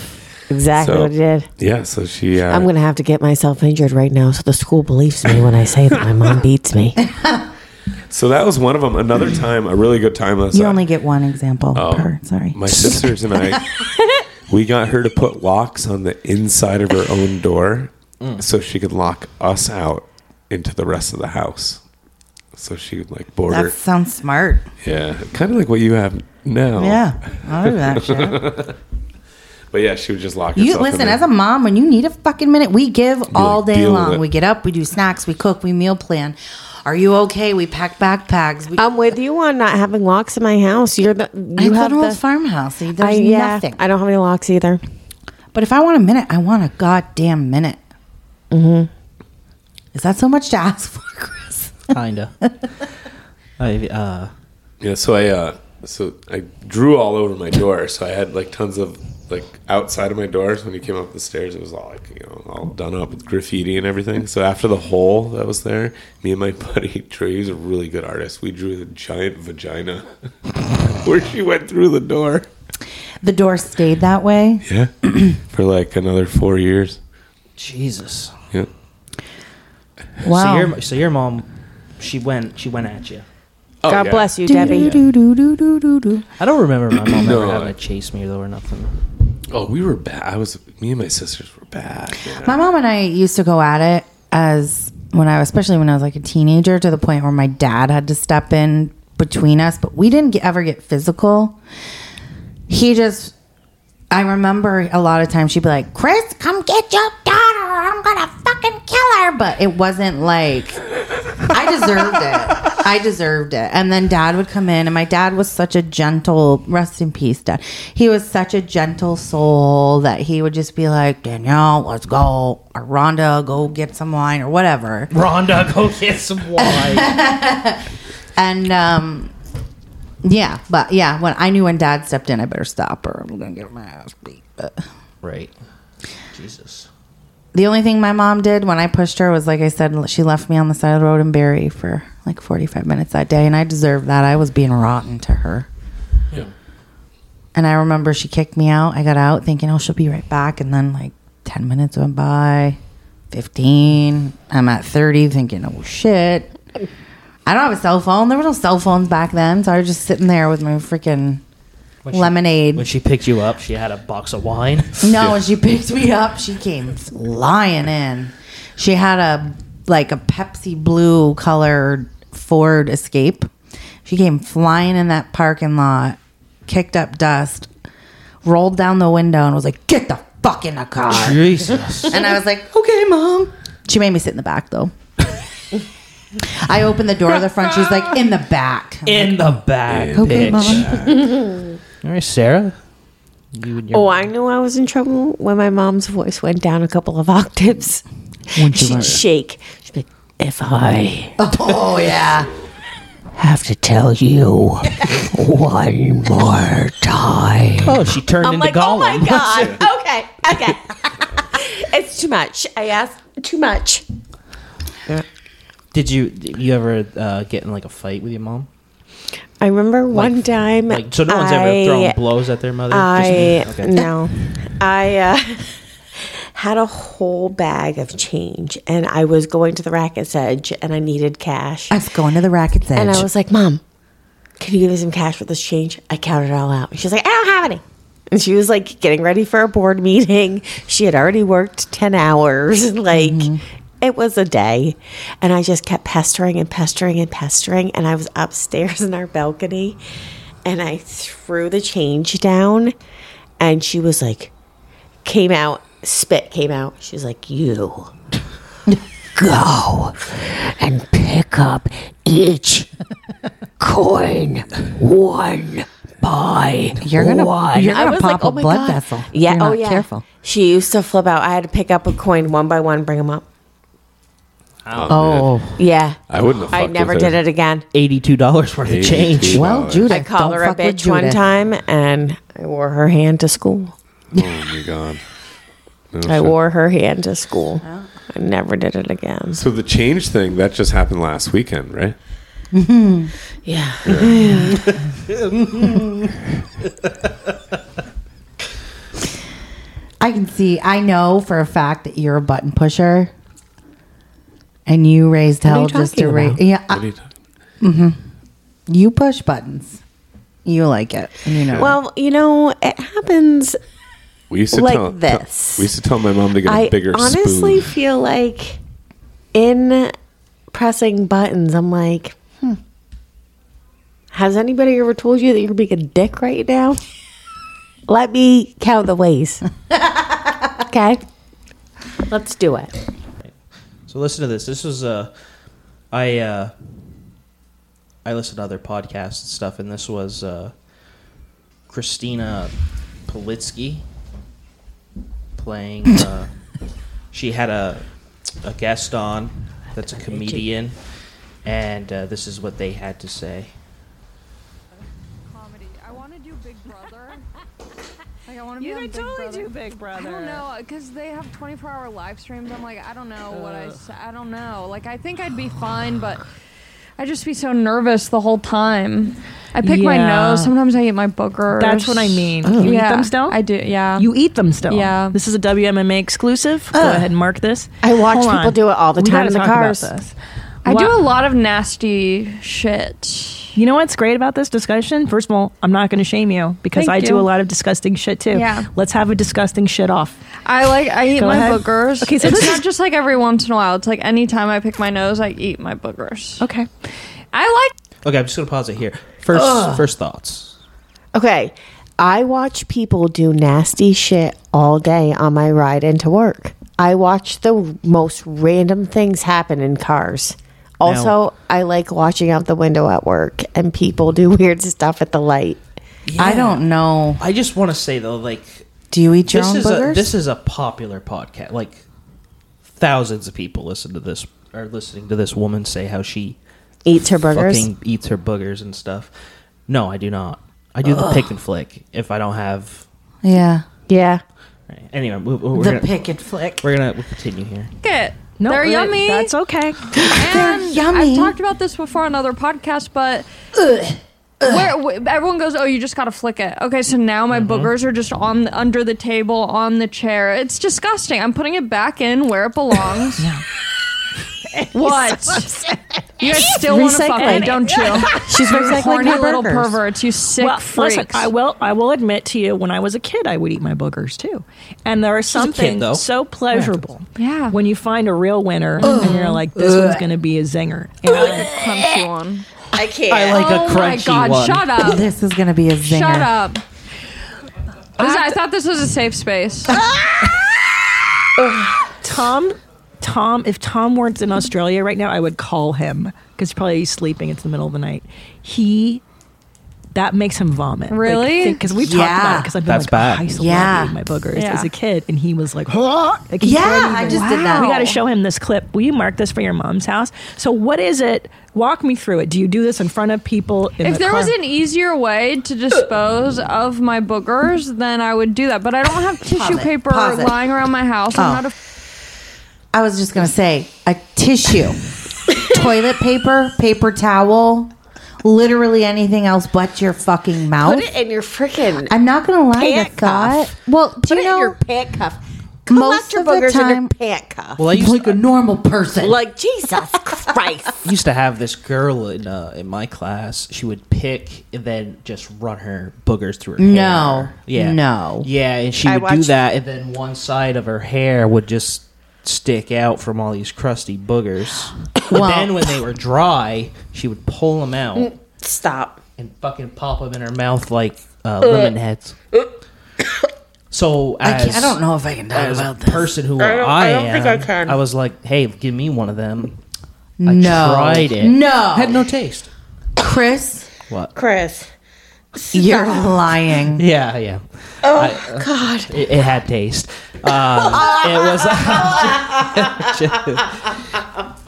exactly it. Exactly
So-
what it did.
yeah, so she. Uh,
I'm going to have to get myself injured right now so the school believes me when I say that my mom beats me.
So that was one of them. Another time, a really good time. was,
You
uh,
only get one example per. Sorry.
Oh, my sisters and I, we got her to put locks on the inside of her own door, so she could lock us out into the rest of the house. So she would like
that
border,
sounds smart.
yeah, kind of like what you have now.
Yeah. I'll do that shit.
but yeah, she would just lock.
You
herself in
listen,
there.
as a mom, when you need a fucking minute, we give all
like,
day
deal with it.
long. We get up, we do snacks, we cook, we meal plan. Are you okay? We pack backpacks. We,
I'm with you on not having locks in my house. You're the Oh, you
it's
have
an
the
old farmhouse. There's
I, yeah,
nothing.
I don't have any locks either.
But if I want a minute, I want a goddamn minute. Mm-hmm. Is that so much to ask for, Chris?
Kinda. I uh,
Yeah, so I uh, so I drew all over my door. So I had like tons of like outside of my doors. When you came up the stairs, it was all like you know all done up with graffiti and everything. So after the hole that was there, me and my buddy Trey, he's a really good artist. We drew the giant vagina where she went through the door.
The door stayed that way.
Yeah, for like another four years.
Jesus.
Yeah.
So
Wow.
your so your mom, she went she went at you.
Oh,
God
yeah.
bless you,
Do,
Debbie.
do, do, do, do, do, do.
I don't remember my mom
No.
ever having to chase me though or nothing.
Oh, we were bad. I was me and my sisters were bad. man.
My mom and I used to go at it as when I, especially when I was like a teenager, to the point where my dad had to step in between us. But we didn't get, ever get physical. He just, I remember a lot of times she'd be like, "Chris, come get your daughter. or I'm gonna fucking kill her." But it wasn't like I deserved it. I deserved it. And then dad would come in, and my dad was such a gentle, rest in peace, dad. He was such a gentle soul that he would just be like, Danielle, let's go. Or Rhonda, go get some wine or whatever.
Rhonda, go get some wine.
And, um, yeah, but yeah, when I knew when dad stepped in, I better stop or I'm going to get my ass beat. But
right. Jesus.
the only thing my mom did when I pushed her was, like I said, she left me on the side of the road in Barry for like 45 minutes that day. And I deserved that. I was being rotten to her.
Yeah.
And I remember she kicked me out. I got out thinking, oh, she'll be right back. And then like 10 minutes went by, 15. I'm at 30 thinking, oh shit. I don't have a cell phone. There were no cell phones back then. So I was just sitting there with my freaking
When she-
lemonade.
When she picked you up, she had a box of wine.
No, when she picked me up, she came flying in. She had a like a Pepsi blue colored Ford Escape. She came flying in that parking lot, kicked up dust, rolled down the window, and was like, "Get the fuck in the car!"
Jesus.
And I was like, "Okay, mom." She made me sit in the back though. I opened the door of the front. She's like, "In the back." I'm
In the back,
Okay,
bitch. All right, Sarah. You and your
Oh, I knew I was in trouble when my mom's voice went down a couple of octaves.
Wouldn't you
She'd
like-
shake. She'd be like, if I
like, oh yeah.
have to tell you one more time.
Oh, she turned
I'm
into
like, oh
Gollum.
my God. okay, okay. it's too much. I asked too much.
Did you did you ever uh, get in like a fight with your mom?
I remember one time.
Like, so no one's
I-
ever thrown blows at their mother. Just you?
I
Okay.
no, I uh, had a whole bag of change, and I was going to the racket's edge, and I needed cash,
I was going to the racket's edge.
and I was like, "Mom, can you give me some cash for this change?" I counted it all out. and She's like, "I don't have any." And she was like getting ready for a board meeting. She had already worked 10 hours. Like, it was a day. And I just kept pestering and pestering and pestering. And I was upstairs in our balcony and I threw the change down. And she was like, came out, spit came out. She's like, You go and pick up each coin one by
You're gonna-
one.
you're gonna
I was "Oh
pop a
my
blood vessel.
Yeah.
You're
oh
not
yeah.
careful.
She used to flip out. I had to pick up a coin one by one, bring them up.
"Oh."
Yeah.
I wouldn't have
I
fucked
never
with
did
her.
it again.
Eighty-two dollars worth of change.
$82.
Well, Judith,
I called
don't
her a
fuck with
bitch one
Judith.
time and I wore her hand to school.
Oh my god. No
I
shit.
wore her hand to school.
Oh.
I never did it again.
So the change thing that just happened last weekend, right?
Yeah.
I can see. I know for a fact that you're a button pusher, and you raised
are
hell
you
just to
talking
raise.
about?
Yeah,
What
I-
are you talking?
you push buttons. You like it. and You know. it.
Well, you know, it happens
We used to
Like
tell
this.
Tell, we used to tell my mom to get a
I
bigger spoon.
honestly feel like in pressing buttons, I'm like, hmm. Has anybody ever told you that you're being a dick right now? Let me count the ways. okay. Let's do it.
So listen to this. This was uh, I uh, I listened to other podcasts and stuff, and this was uh, Christina Politsky playing. Uh, she had a a guest on that's a comedian, and uh, this is what they had to say.
comedy. I want to do Big Brother. Like I want to be on Big Brother.
Big Brother.
I don't know because they have 24-hour live streams. I'm like, I don't know what I. s- I don't know. Like I think I'd be fine, but I'd just be so nervous the whole time. I pick my
Yeah.
nose. Sometimes I eat my boogers.
That's what I mean. You eat
Oh, yeah,
them still?
I do. Yeah.
You eat them still.
Yeah.
This is a WMMA exclusive. Go ahead and mark this.
I watch
Hold
people
on.
do it all the
We
time
gotta
in the
talk about
cars.
this.
I
Wha-
do a lot of nasty shit.
You know what's great about this discussion? First of all, I'm not going to shame you because
Thank
I do
you.
a lot of disgusting shit too.
Yeah.
Let's have a disgusting shit off.
I like I eat
Go
my
ahead.
boogers.
Okay, so
it's
this
not
is-
just like every once in a while. It's like anytime I pick my nose, I eat my boogers.
Okay.
I like
Okay, I'm just gonna pause it here. First, first thoughts.
Okay. I watch people do nasty shit all day on my ride into work. I watch the most random things happen in cars. Also,
Now-
I like watching out the window at work and people do weird stuff at the light.
I don't know.
I just want to say though, like
Do you eat your
this
own
is
boogers?
a this is a popular podcast. Like thousands of people listen to this are listening to this woman say how she
Eats her burgers.
fucking eats her boogers and stuff. No, I do not. I do the pick and flick if I don't have.
yeah.
yeah.
right. Anyway, we, we're
The
gonna,
pick and flick.
we're gonna we'll continue here.
it.
No,
They're
that-
yummy.
That's okay.
And
yummy.
I've talked about this before on other podcasts, but Where, wh- everyone goes, oh, you just gotta flick it. Okay, so now my boogers are just on the, under the table, on the chair. It's disgusting. I'm putting it back in where it belongs. What? you guys still want to fuck
Recycling
me,
it.
don't you?
She's
You
recycling
horny
her
little
burgers.
perverts. You sick
Well,
freaks.
listen, I will. I will admit to you, when I was a kid, I would eat my boogers too, and there is
a kid,
something
though.
so pleasurable.
Yeah.
when you find a real winner and you're like, this one's going to be a zinger. And I-
crunchy one.
I can't.
I like
oh
a crunchy
my god!
one.
Shut up!
This is gonna be a zinger.
Shut up! This- I thought this was a safe space.
Tom, Tom, if Tom weren't in Australia right now, I would call him because probably he's sleeping. It's the middle of the night. He. That makes him vomit.
Really?
Because we've talked about it.
Yeah.
Because I've been
That's
like,
bad.
I used to
Yeah.
love eating my boogers
Yeah.
as a kid, and he was like, huh? like he
Yeah,
couldn't
I
even-
just did that.
We got to show him this clip. Will you mark this for your mom's house? So, what is it? Walk me through it. Do you do this in front of people? In
If
the
there
car?
was an easier way to dispose of my boogers, then I would do that. But I don't have tissue
it.
paper
Pause it.
lying around my house.
Oh.
I'm not a f-
I was just gonna say a tissue, toilet paper, paper towel, literally anything else but your fucking mouth.
Put it in your freaking.
I'm not gonna lie,
Pant
the thought.
cuff.
Well, do
put
you
it in your
know
pant cuff. Collect
most
your
of the
boogers in your
time-
pant cuff.
Well, I used,
like a normal person?
Like Jesus Christ.
used to have this girl in uh, in my class. She would pick and then just run her boogers through her
No.
hair. Yeah.
No.
Yeah, and she
I
would do
watched-
that and then one side of her hair would just stick out from all these crusty boogers. But
Well-
then when they were dry, she would pull them out
Mm, Stop.
and fucking pop them in her mouth like uh, lemon heads.
Uh.
So
I, can't-
as
I don't know if I can talk
as a
about this.
person who I, am, I, was like, "Hey, give me one of them." I
No.
tried it.
No.
had no taste.
Chris,
What?
Chris.
you're lying.
Yeah, yeah. Oh God! It, it had taste. Um, it was.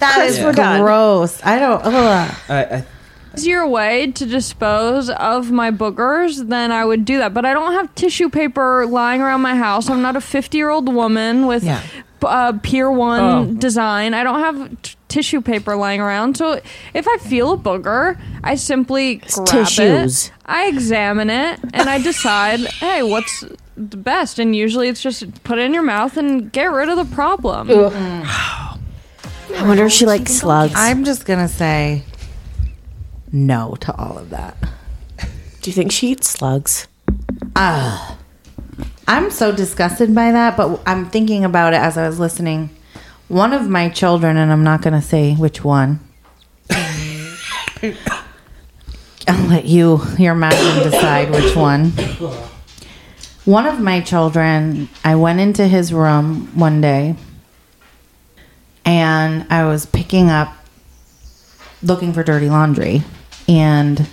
That is
we're done.
gross. I don't. Ugh.
I, I,
easier way to dispose of my boogers, then I would do that. But I don't have tissue paper lying around my house. I'm not a 50 year old woman with
Yeah.
p- uh, Pier 1
Oh.
design. I don't have t- tissue paper lying around. So if I feel a booger, I simply grab
tissues.
it. I examine it and I decide, hey, what's the best? And usually it's just put it in your mouth and get rid of the problem.
I wonder if she likes slugs.
I'm just gonna say no to all of that.
Do you think she eats slugs?
Ah. I'm so disgusted by that, but I'm thinking about it as I was listening. One of my children, and I'm not going to say which one. I'll let you, your madam, decide which one. One of my children, I went into his room one day and I was picking up, looking for dirty laundry. And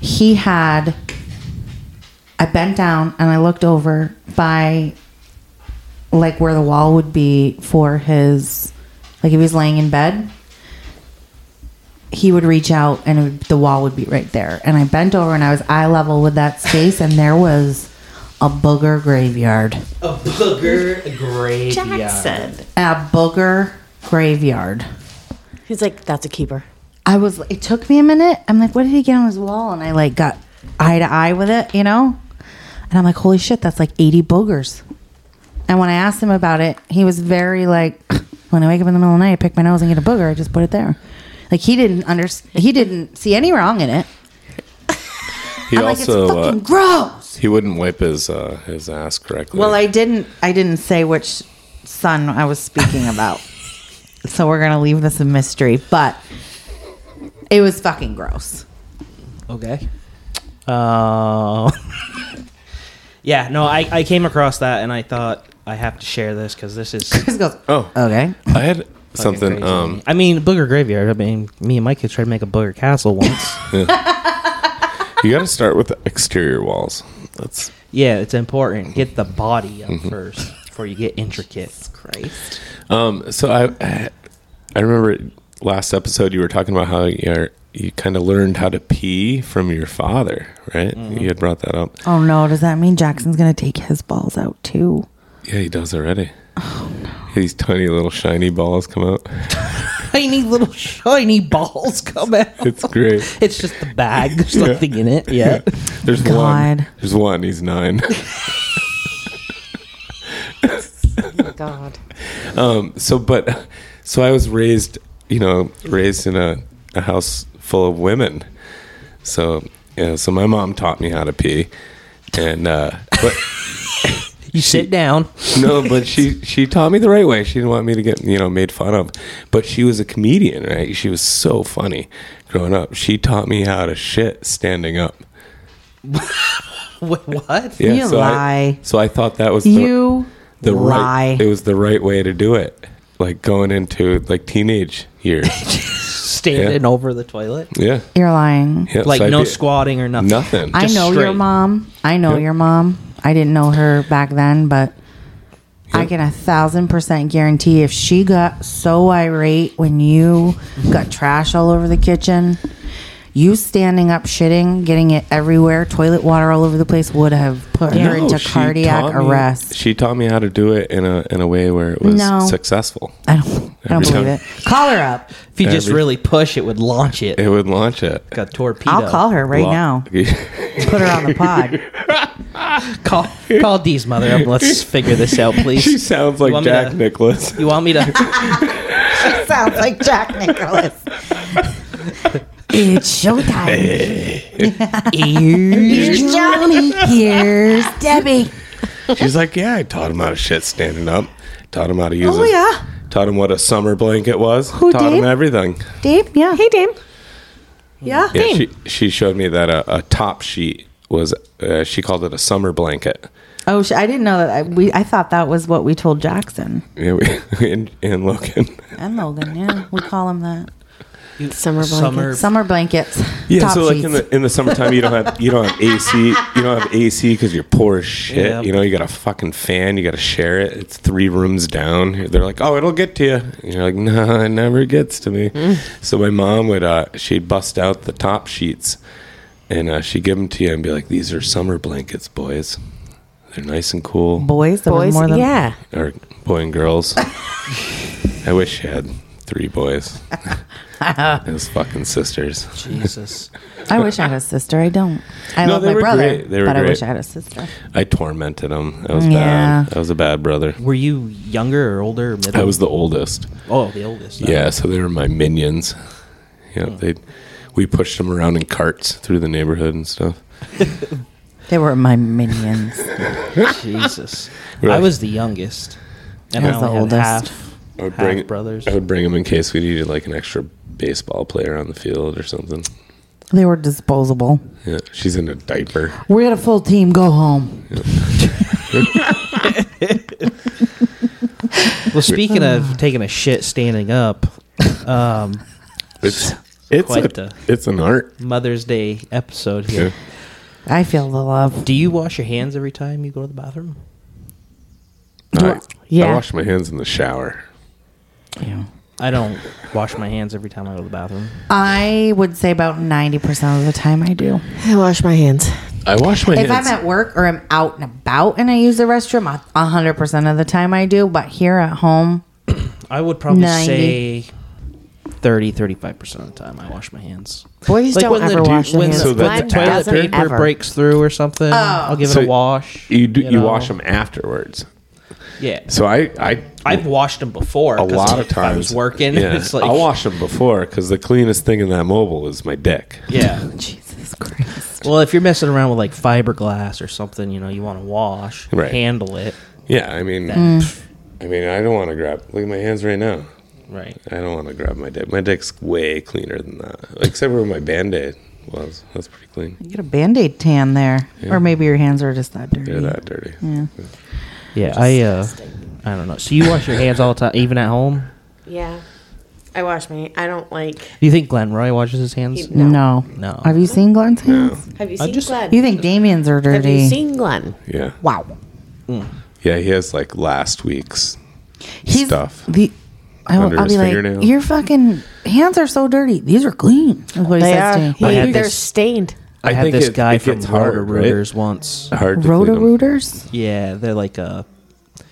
he had I bent down and I looked over by like where the wall would be for his like if he was laying in bed he would reach out and it would, the wall would be right there and I bent over and I was eye level with that space and there was a booger graveyard
a booger graveyard.
a booger graveyard
He's like, that's a keeper.
I was it took me a minute. I'm like, what did he get on his wall? And I like got eye to eye with it, you know? And I'm like, holy shit, that's like 80 boogers. And when I asked him about it, he was very like, when I wake up in the middle of the night, I pick my nose and get a booger, I just put it there. Like he didn't under he didn't see any wrong in it.
He
I'm
also
like, it's fucking
uh,
gross.
he wouldn't wipe his uh, his ass correctly.
Well, I didn't I didn't say which son I was speaking about. so we're gonna leave this a mystery, but it was fucking gross.
Okay. Uh, yeah. No, I, I came across that and I thought I have to share this because this is
Chris goes,
oh
Okay.
I had something.
crazy.
Um,
I mean, booger graveyard. I mean, me and my kids tried to make a booger castle once.
you got to start with the exterior walls. That's
yeah, it's important. Get the body up
Mm-hmm.
first before you get intricate. Christ.
Um, so I- I, I remember last episode you were talking about how you're, you kind of learned how to pee from your father, right? You had brought that up.
Oh no, does that mean Jackson's gonna take his balls out too? Oh,
Yeah, he does already. These tiny little shiny balls come out.
tiny little shiny balls come out.
It's great.
It's just the bag. There's nothing in it yet.
There's
God.
one. There's one. He's nine.
God.
so but so i was raised you know raised in a, a house full of women so yeah so my mom taught me how to pee and uh but
You sit down.
no but she she taught me the right way she didn't want me to get you know made fun of but she was a comedian right she was so funny growing up she taught me how to shit standing up
Wait, what?
yeah
You
so
lie.
I, so i thought that was the-
You
the
lie.
right it was the right way to do it like going into like teenage years
Standing over the toilet.
yeah
You're lying.
yeah
Like
so I
no
did-
squatting or nothing.
nothing
I
Just
know your
straight.
mom. I know
Yep.
your mom. I didn't know her back then, but I can a thousand percent guarantee if she got so irate when you got trash all over the kitchen, you standing up shitting, getting it everywhere, toilet water all over the place would have put her
No,
into
she
cardiac
taught me-
arrest.
She taught me how to do it in a in a way where it was
No.
successful.
I don't, I don't
Every
believe
time.
it. Call her up.
If you just
Every-
really push, it would launch it.
It would launch it
Like a torpedo.
I'll call her right
Lo-
now. Put her on the pod.
Call, call Dee's mother up. Let's figure this out, please.
she sounds
You
like
want me
Jack
to-
Nicholas.
You want me to?
Sounds like Jack Nicholas. it's showtime. Here's Johnny. Here's Debbie.
She's like, yeah, I taught him how to shit standing up. Taught him how to use.
Oh,
his-
yeah.
Taught him what a summer blanket was.
Who
taught
did?
him everything.
Dave, yeah.
Hey, Dame. Yeah.
Yeah, she she showed me that a, a top sheet was. Uh, she called it a summer blanket.
Oh, sh- I didn't know that. I, we, I thought that was what we told Jackson
Yeah, we, and, and Logan.
and Logan. Yeah, we call him that.
Summer blanket.
Summer.
Summer blankets.
Yeah,
top
so like in
sheets.
the in the summertime, you don't have you don't have AC, you don't have AC because you're poor as shit.
Yeah.
You know, you got a fucking fan, you got to share it. It's three rooms down. They're like, oh, it'll get to you. And you're like, nah, it never gets to me.
Mm.
So my mom would uh, she'd bust out the top sheets, and uh, she'd give them to you and be like, these are summer blankets, boys. They're nice and cool,
boys, there was
Boys.
more than
yeah.
or boy and girls. I wish she had three boys. His fucking sisters.
Jesus.
I wish I had a sister. I don't. I
No,
love
they
my
were
brother,
great. They were
but I
great.
wish I had a sister.
I tormented him. I was
Yeah.
bad. I was a bad brother.
Were you younger or older or middle?
I was the oldest.
Oh, the oldest.
Yeah, so they were my minions. You know, they we pushed them around in carts through the neighborhood and stuff.
They were my minions.
Jesus.
Really?
I was the youngest. And
I
I,
was the
only
oldest.
had half,
I would
half brothers.
I would bring them in case we needed like an extra baseball player on the field or something.
They were disposable.
Yeah, she's in a diaper.
We had a full team. Go home.
Well, speaking of taking a shit standing up, um,
It's it's
Quite
a,
the-
it's an art.
Mother's Day episode here.
Yeah.
I feel the love.
Do you wash your hands every time you go to the bathroom?
I,
Yeah.
I wash my hands in the shower.
I don't wash my hands every time I go to the bathroom.
I would say about 90% of the time I do.
I wash my hands.
I wash my
If I'm
hands.
at work or I'm out and about and I use the restroom, a 100% of the time I do. But here at home,
I would probably
90.
say 30, 35% of the time I wash my hands.
Boys don't
the
ever
du-
wash their
when
hands. Oh.
the,
So
when the
that's
toilet
after?
paper
ever.
breaks through or something, I'll give it
So
a wash.
you do you,
know?
wash them afterwards.
Yeah.
So I I
I've washed them before.
a
'cause
lot
if
of times
I was working.
Yeah.
It's like
I wash them before because the cleanest thing in that mobile is my dick.
Yeah.
Jesus Christ.
Well, if you're messing around with like fiberglass or something, you know, you want to wash,
Right.
handle it.
Yeah, I mean,
Mm.
I mean, I don't want to grab. Look at my hands right now.
Right.
I don't want to grab my dick. My dick's way cleaner than that, except where my band aid was. That's pretty clean.
You get a band aid tan there. Or maybe your hands are just that dirty.
They're that dirty.
Yeah, I uh I don't know. So you wash your hands all the time even at home?
Yeah. I wash my I don't like
Do you think Glenn Roy washes his hands?
No. no.
No.
Have you seen Glenn's hands?
Have you seen
just-
Glenn?
You think Damien's are
Have
dirty?
you seen Glenn?
Yeah,
wow.
yeah. He has like last week's
He's
stuff.
The, I will,
Under
I'll be
his
like,
fingernail.
your fucking hands are so dirty. These are clean. Is what he says to me.
I had
He, they're
this-
stained.
I,
I
had
think
this
it-
guy
it
from
gets hard,
Roto Rooters once.
Hard to clean
Roto
'em.
rooters?
Yeah, they're like a uh,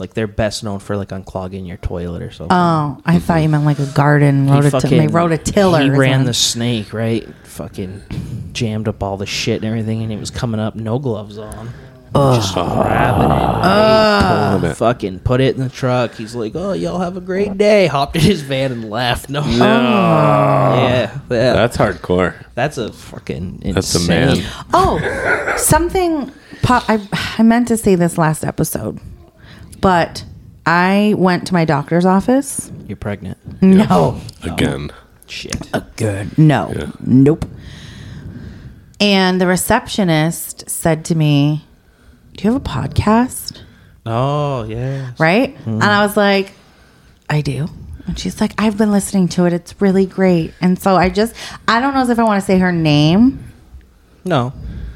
Like they're best known for like unclogging your toilet or something.
Oh, I thought you meant like a garden.
Mm-hmm. He
Rototi- they
fucking-
wrote a tiller.
He
is
ran
what-
the snake right, fucking jammed up all the shit and everything, and it was coming up, no gloves on. Just grabbing it, right?
Pulling it.
fucking put it in the truck. He's like, "Oh, y'all have a great day." Hopped in his van and left. No, yeah, yeah. that's
That's hardcore.
that's a fucking insane.
That's a man.
Oh, something. Pop, I I meant to say this last episode, but I went to my doctor's office.
You're pregnant.
No,
Again.
Shit.
good. No,
Yeah.
nope. And the receptionist said to me, "Do you have a podcast?"
Oh yeah.
right? And I was like, I do. And she's like, I've been listening to it. It's really great. And so I just, I don't know as if I want to say her name,
No.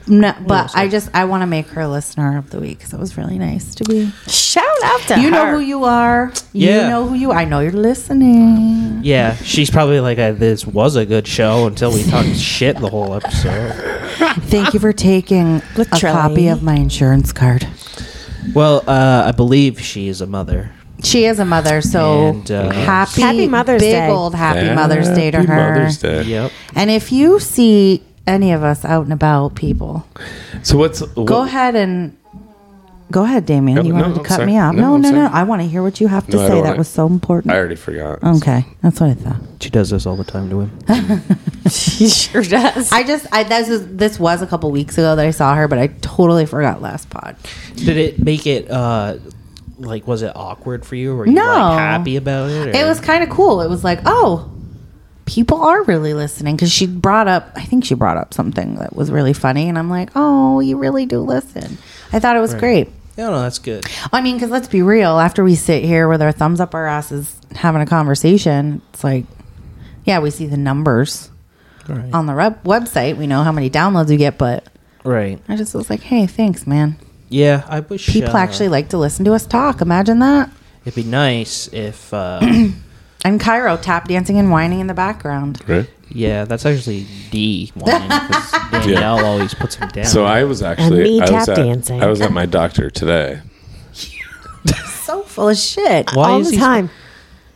no, but I just, I want to make her listener of the week. So it was really nice to be.
Shout out to
You know
her.
who you are.
Yeah.
You know who you. I know you're listening.
Yeah, she's probably like, "Uh, "This was a good show until we talked shit the whole episode."
Thank you for taking a
Literally.
copy of my insurance card.
Well, uh, I believe she is a mother.
She is a mother, so
And, uh,
happy,
Happy Mother's
big
Day.
old happy Mother's Day to
Happy
her.
Mother's Day.
Yep.
And if you see any of us out and about, people,
So what's what,
go ahead and go ahead, Damien.
No,
you wanted
no,
to
I'm
cut
sorry.
me off.
No,
No,
I'm
no, no.
sorry.
I want to hear what you have to
No, I
say.
don't
That
wanna-
was so important.
I already forgot.
okay, that's what I thought.
She does this all the time to him.
She sure does.
I just, I this was this was a couple weeks ago that I saw her, but I totally forgot last pod.
Did it make it uh like was it awkward for you? Were you
No.
like happy about it? or-
It was kind of cool. It was like, oh, people are really listening because she brought up. I think she brought up something that was really funny, and I'm like, oh, you really do listen. I thought it was great.
No, no, that's good.
I mean, because let's be real. After we sit here with our thumbs up our asses having a conversation, it's like, yeah, we see the numbers
Right.
on the rep- website. We know how many downloads we get, but
right.
I just was like, hey, thanks, man.
Yeah, I wish
People
uh,
actually like to listen to us talk. Imagine that.
It'd be nice if uh
And Cairo tap dancing and whining in the background.
Right.
yeah, that's actually D one 'cause Danielle always puts him down.
So I was actually
me
I was
tap
at,
dancing.
I was at my doctor today.
So full of shit.
Why
all
is
the
he-
time.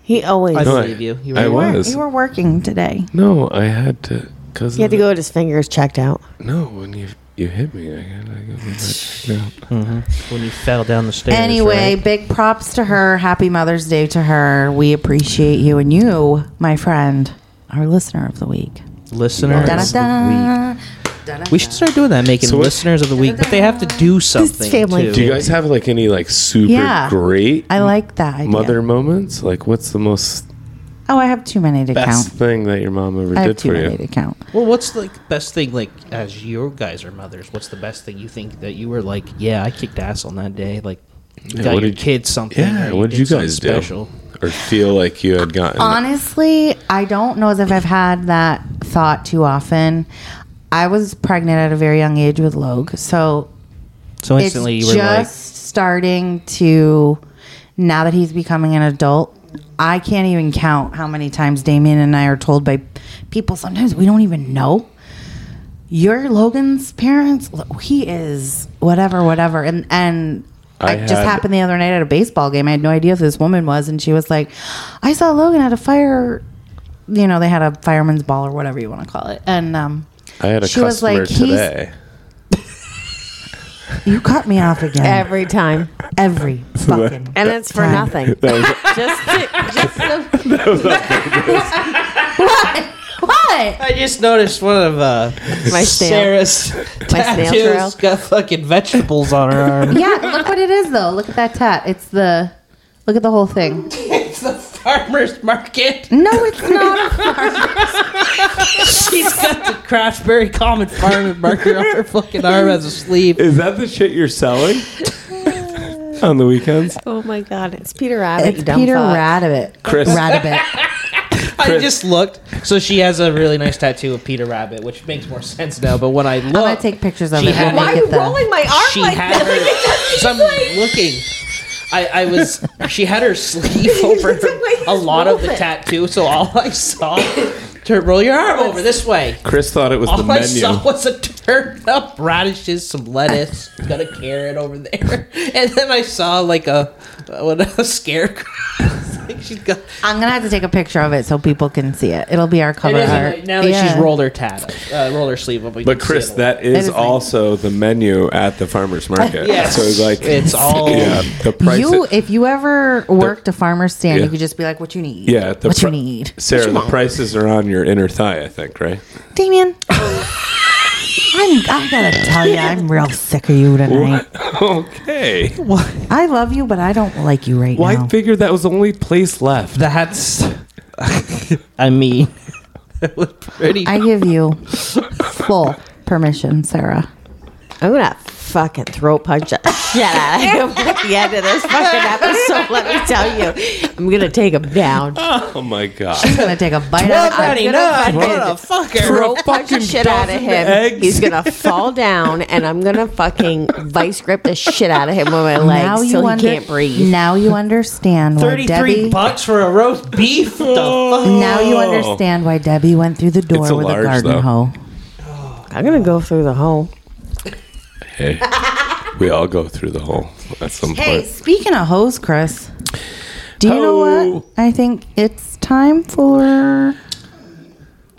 He always.
I
No,
believe you. You
I
really were.
You were-
was.
You were working today.
No, I had to because
he had to go get his fingers checked out.
No, when you you hit me, I gotta go. get that checked out.
when you fell down the stairs.
Anyway,
right?
big props to her. Happy Mother's Day to her. We appreciate you and you, my friend, our listener of the week.
listeners.
Dun,
of the week.
dun, dun.
We should start doing that, making
So what-
listeners of the week, but they have to do something.
family
too.
Do you guys have like any like super
Yeah.
great
I like that idea.
mother moments? Like, what's the most
Oh, I have too many to
best
count.
thing that your mom ever
I have
did
too
for
many
you?
to count.
Well, what's like best thing like as your guys are mothers? What's the best thing you think that you were like? Yeah, I kicked ass on that day. Like, you
Yeah,
got
what
your
did-
kids something.
Yeah,
or
what did you
something
guys do? Or feel like you had gotten
Uh, Honestly, I don't know as if I've had that thought too often. I was pregnant at a very young age with Logue, so
So
it's
instantly you were
just starting to. Now that he's becoming an adult, I can't even count how many times Damien and I are told by people sometimes we don't even know. Your Logan's parents, lo- he is whatever, whatever, and and.
I
I just
had-
happened the other night at a baseball game. I had no idea who this woman was, and she was like, "I saw Logan at a fire you know, they had a fireman's ball or whatever you want to call it. And um,
I had a
she was
customer
like, he's-
today.
you cut me off again every,
Every time.
fucking.
And it's for
Time.
nothing. just, just the,
What?
I just noticed one of uh,
my snail.
Sarah's
My snail trail.
tattoos got fucking vegetables on her arm.
Yeah, look what it is though. Look at that tat. It's the look at the whole thing.
it's the farmer's market.
No, it's not.
She's got the Craftsberry Common farmer's market on her fucking arm as a sleeve.
Is that the shit you're selling on the weekends?
Oh my God. It's Peter Rabbit.
it's
you dumb
Peter
fuck.
Radovich.
Chris.
Radovich.
I just looked. So she has a really nice tattoo of Peter Rabbit, which makes more sense now. But when I look,
I'm gonna take pictures of
She
it. We'll
had-
make
Why are you
it the,
rolling my arm
she
like
had
that?
her. so I'm looking. I, I was. She had her sleeve over
It's like
a lot of the
this
tattoo, so all I saw. To roll your arm over this way.
Chris thought it was the
All I
menu.
saw was a t- turned up radishes, some lettuce, got a carrot over there, and then I saw like a uh, what a scarecrow. It's like she's got.
I'm gonna have to take a picture of it so people can see it. It'll be our
It
cover
is,
art.
now that
Yeah.
she's rolled her tat, up, uh, rolled her sleeve up. we
But
can see
Chris,
it a
that is
is like-
also the menu at the farmers market.
Yes.
So it's like
It's all-
yeah, the price.
you,
it-
if you ever worked a farmer's stand,
Yeah.
you could just be like, "What you need?
yeah, the
what
pri-
you need,
Sarah, the prices are on your inner thigh, I think, right?
Damien." I'm, I gotta tell you, I'm real sick of you tonight.
okay.
I love you, but I don't like you right
Well, I
now.
figured that was the only place left.
That's. I mean, that was pretty.
I give you full permission, Sarah.
I'm gonna fucking throat punch that shit out of him at the end of this fucking episode. Let me tell you, I'm gonna take him down.
Oh my god.
I'm gonna take a bite out of that.
I'm gonna fucking throat punch the shit out of him.
eggs.
He's gonna fall down, and I'm gonna fucking vice grip the shit out of him with my legs till he
under-
can't breathe.
Now you understand why
Thirty-three
Debbie.
bucks for a roast beef. the fuck?
Now you understand why Debbie went through the door
It's a
with a
large,
garden
though.
hoe.
I'm gonna go through the hole.
Hey, we all go through the hole at some
Hey,
point.
speaking of hoes, Chris, do you know
Ho.
what? I think it's time for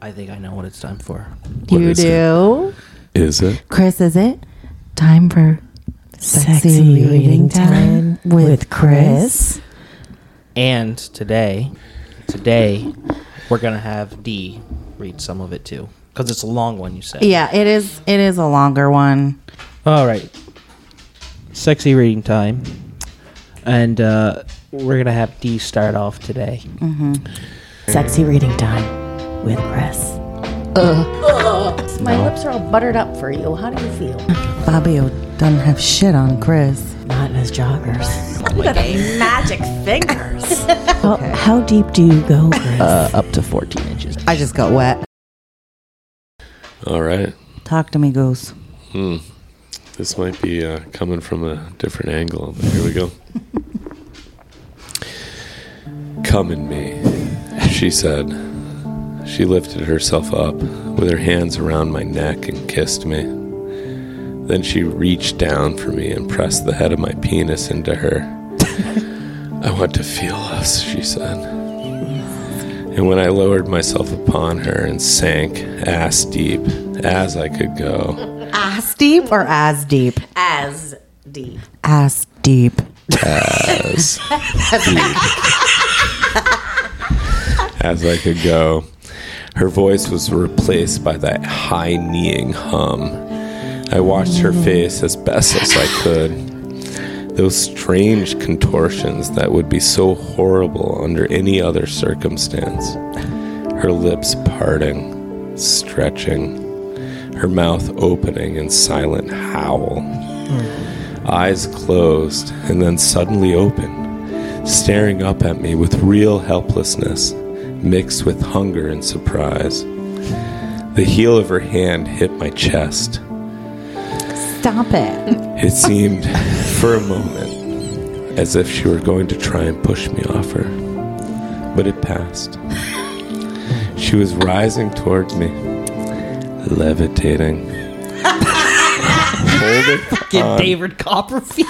I think I know what it's time for.
What
you
is it?
do,
Is it?
Chris. Is it time for sexy, reading time with Chris?
And today, today, we're gonna have D read some of it too, because it's a long one. You said.
Yeah, it is. It is a longer one.
All right. Sexy reading time, and uh, we're gonna have D start off today.
Sexy reading time with Chris. My lips are all buttered up for you. How do you feel?
Fabio doesn't have shit on Chris.
Not in his joggers.
Magic fingers.
How, how deep do you go, Chris?
Uh, Up to fourteen inches.
I just got wet.
All right.
Talk to me, Goose.
Hmm. This might be uh, coming from a different angle, but here we go. Come in me, she said. She lifted herself up with her hands around my neck and kissed me. Then she reached down for me and pressed the head of my penis into her. I want to feel us, she said. And when I lowered myself upon her and sank ass deep as I could go,
Ass deep or as deep?
As deep.
Ass deep.
as as I could go. Her voice was replaced by that high kneeing hum. I watched her face as best as I could. Those strange contortions that would be so horrible under any other circumstance. Her lips parting, stretching, her mouth opening in silent howl eyes closed and then suddenly open, staring up at me with real helplessness, mixed with hunger and surprise. The heel of her hand hit my chest.
Stop it.
It seemed, for a moment, as if she were going to try and push me off her. But it passed. She was rising towards me, levitating. Holding
Get David Copperfield.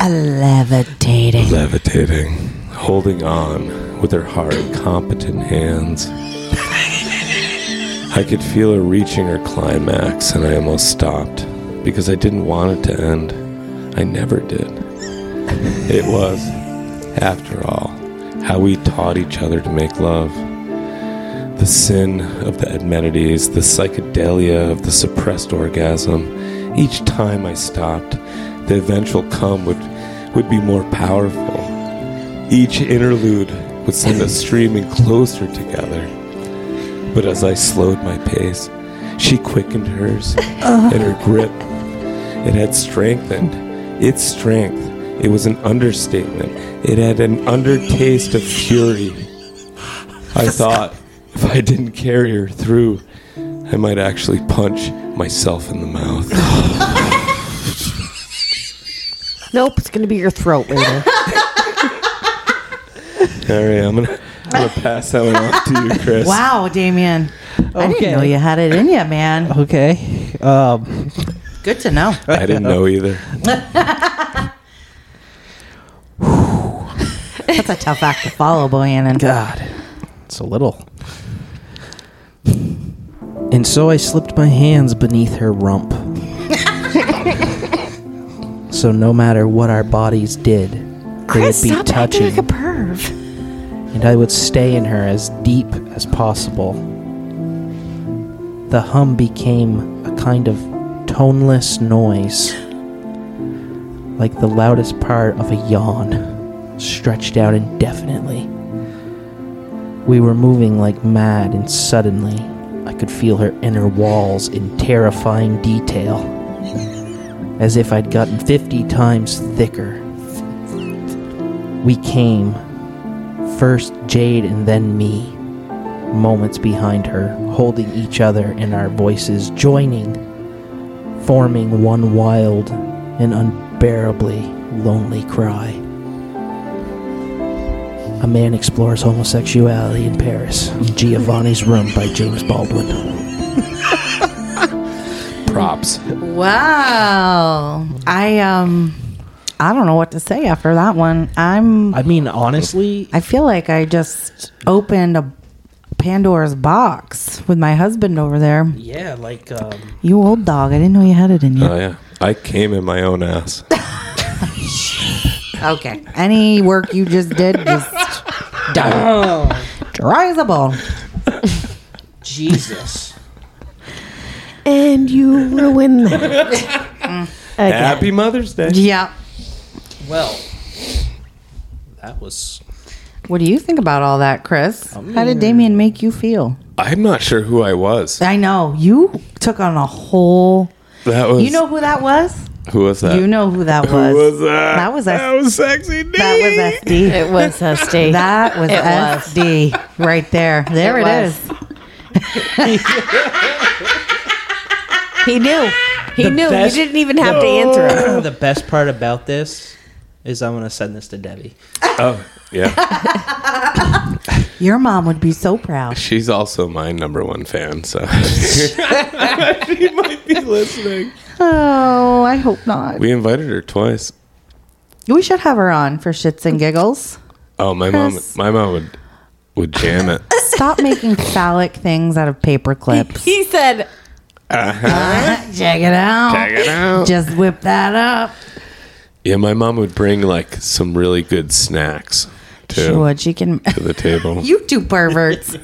A levitating.
levitating, holding on with her hard, competent hands. I could feel her reaching her climax, and I almost stopped because I didn't want it to end. I never did. It was, after all, how we taught each other to make love. The sin of the Admetides, the psychedelia of the suppressed orgasm. Each time I stopped, the eventual come would, would be more powerful. Each interlude would send us streaming closer together. But as I slowed my pace, she quickened hers, and her grip, it had strengthened. Its strength, it was an understatement. It had an undertaste of fury. I thought if I didn't carry her through, I might actually punch myself in the mouth.
Nope, it's gonna be your throat later.
All right, I'm gonna, I'm gonna pass that one off to you, Chris.
Wow, Damien. I didn't know you had it in you, man.
Okay. Um,
Good to know.
I didn't know either.
That's a tough act to follow, Boyannon.
God, it's a little. And so I slipped my hands beneath her rump. so no matter what our bodies did, they would
Chris,
be
stop
touching,
acting like a perv.
and I would stay in her as deep as possible. The hum became a kind of toneless noise, like the loudest part of a yawn, stretched out indefinitely. We were moving like mad, and suddenly I could feel her inner walls in terrifying detail, as if I'd gotten 50 times thicker. We came, first Jade and then me, moments behind her, holding each other and our voices joining, forming one wild and unbearably lonely cry. A man explores homosexuality in Paris. Giovanni's Room by James Baldwin.
Props.
Oh,
Wow. I um I don't know what to say after that one. I'm
I mean, honestly,
I feel like I just opened a Pandora's box with my husband over there.
yeah, like, um,
You old dog. I didn't know you had it in you.
Oh yeah, I came in my own ass.
Okay. Any work you just did just done. Dry as a bone.
Jesus.
And you ruin that.
Happy Mother's Day.
Yeah.
Well, that was.
What do you think about all that, Chris? How did Damien make you feel?
I'm not sure who I was.
I know. You took on a whole
That was
You know who that was?
who was that?
You know who that
who
was.
was, that?
That was
that
us.
was sexy.
That was SD.
It was SD.
That was
It was.
SD right there. There
It
it
was.
is.
He knew. He knew.
best-
you didn't even have to answer it.
the best part about this is I'm going to send this to Debbie.
Oh yeah,
Your mom would be so proud.
she's also my number one fan. So she might be listening.
Oh, I hope not.
We invited her twice.
We should have her on for shits and giggles.
Oh my mom,
Chris.
my mom would would jam it.
Stop making phallic things out of paper clips.
He said,
Check it out.
Check it out.
Just whip that up.
Yeah, my mom would bring like some really good snacks too
She would. She can.
to the table.
you two perverts.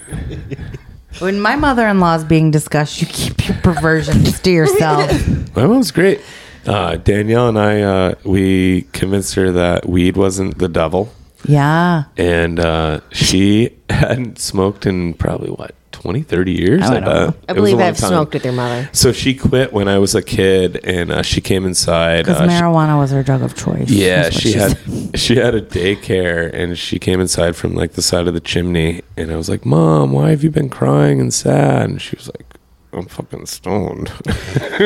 When my mother-in-law is being discussed, you keep your perversions to yourself.
My mom's great. Uh, Danielle and I, uh, we convinced her that weed wasn't the devil,
Yeah.
and uh, she hadn't smoked in probably what 20, 30 years. I, bet.
I
It was a
believe
long
I've
time.
smoked with your mother.
So she quit when I was a kid, and uh, she came inside.
Because
Uh, she-
marijuana was her drug of choice.
yeah,
That's what
she had she had a daycare, and she came inside from like the side of the chimney, and I was like, "Mom, why have you been crying and sad?" And she was like, "I'm fucking stoned."
I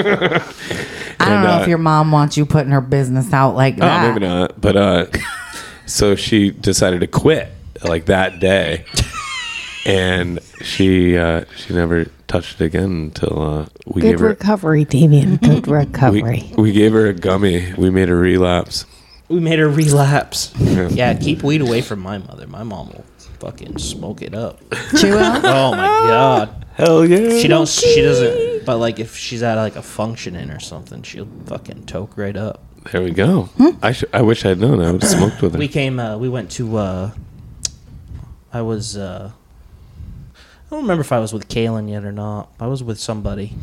don't
And,
know
uh,
if your mom wants you putting her business out like
Oh,
that.
maybe not. But uh, so she decided to quit like that day, and she uh, she never touched it again until uh, we
Good
gave her
recovery, Damien. Good
we,
recovery.
we gave her a gummy. We made her relapse.
We made her relapse. Yeah, keep weed away from my mother. My mom will fucking smoke it up.
She will.
Oh my god.
Hell yeah!
She don't she doesn't but like if she's at like a functioning or something, she'll fucking toke right up.
There we go. I sh- I wish I'd known. I would have smoked with her.
We came uh we went to uh I was uh I don't remember if I was with Kaylin yet or not. I was with somebody.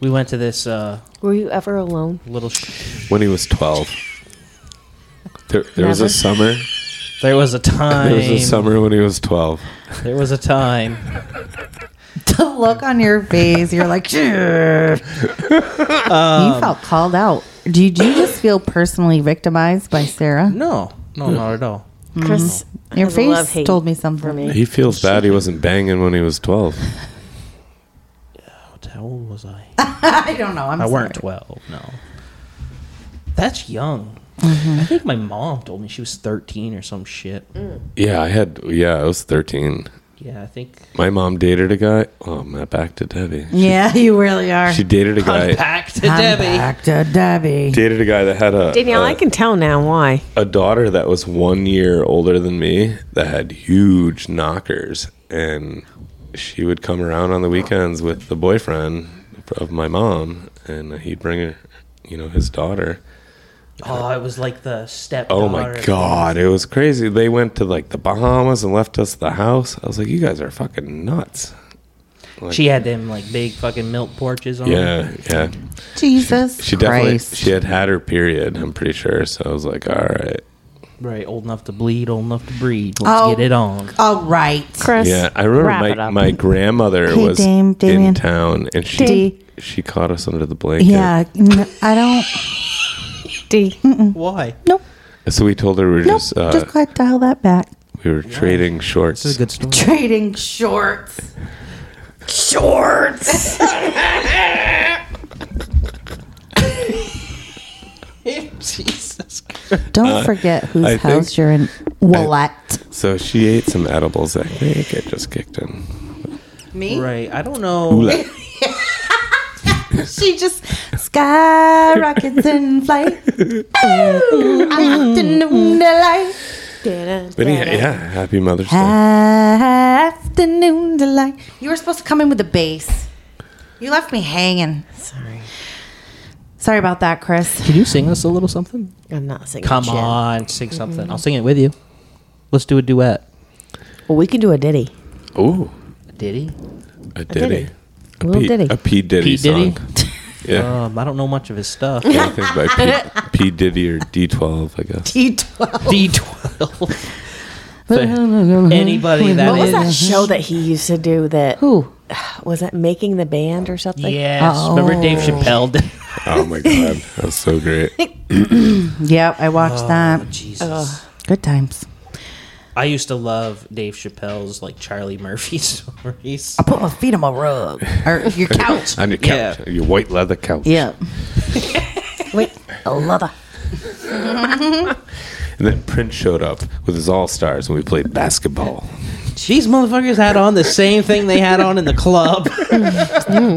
we went to this uh
Were you ever alone?
little sh-
when he was twelve. There, there was a summer.
There was a time.
There was a summer when he was twelve.
There was a time.
the look on your face, you're like, "Sure." you felt called out. Did you, do you just feel personally victimized by Sarah?
No, no, not at all.
Chris,
Mm-hmm.
Your
has a love
face
hate
told me something.
for me.
He feels bad. He wasn't banging when he was twelve.
How old was I?
I don't know. I'm
I weren't
sorry.
12, no. That's young. I think my mom told me she was 13 or some shit.
Yeah, I had. Yeah, I was thirteen.
yeah, I think
My mom dated a guy. Oh, I'm not back to Debbie.
Yeah, you really are.
She dated a guy.
unpack to Debbie.
Back to Debbie.
Dated a guy that had a
Danielle,
a,
I can tell now why.
a daughter that was one year older than me that had huge knockers, and she would come around on the weekends with the boyfriend of my mom, and he'd bring her, you know, his daughter.
Oh, it was like the step.
Oh my god, it was crazy. They went to like the Bahamas and left us the house. I was like, you guys are fucking nuts.
She had them like big fucking milk porches on.
Yeah, yeah.
Jesus
She definitely
Christ.
she had had her period. I'm pretty sure. So I was like, all right.
right. Old enough to bleed, old enough to breed. Let's
Oh.
get it on.
All right.
Chris.
Yeah, I remember
wrap it
my,
up.
my grandmother
Hey,
was
Dame,
in
Damien.
town and she
D.
she caught us under the blanket.
Yeah, n- I don't.
D.
Why?
So we told her we were
Nope.
just, uh,
just go ahead, dial that back.
we were trading shorts.
This is a good story.
Trading shorts. Shorts.
Jesus.
Don't forget whose
Uh, I think-
house you're in. Willette.
So she ate some edibles. I think it just kicked in.
Me?
Right. I don't know.
Ooh-la.
She just skyrockets in flight. Ooh, afternoon delight.
But yeah, yeah, happy Mother's Day.
Afternoon delight. You were supposed to come in with the bass. You left me hanging.
Sorry.
Sorry about that, Chris.
Can you sing us a little something? Mm-hmm.
I'm not singing.
Come
shit.
on, sing something. I'll sing it with you. Let's do a duet.
Well, we can do a ditty.
Ooh,
Diddy?
a ditty. A
Little
P-
ditty.
A P Diddy
P. Diddy?
song. Yeah.
Um, I don't know much of his stuff.
Anything by P, P Diddy or D12, I guess.
D12. So, anybody that
What was
is-
that show that he used to do that?
Who?
Was it Making the Band or something?
Yes. Remember Dave Chappelle? Did?
Oh my god, that's so great.
Yep, I watched that.
Jesus.
Good times.
I used to love Dave Chappelle's like Charlie Murphy stories.
Put my feet on my rug or your couch.
On your couch, your white leather couch.
yep.
Wait. I love it.
And then Prince showed up with his All Stars, and we played basketball.
These motherfuckers had on the same thing they had on in the club.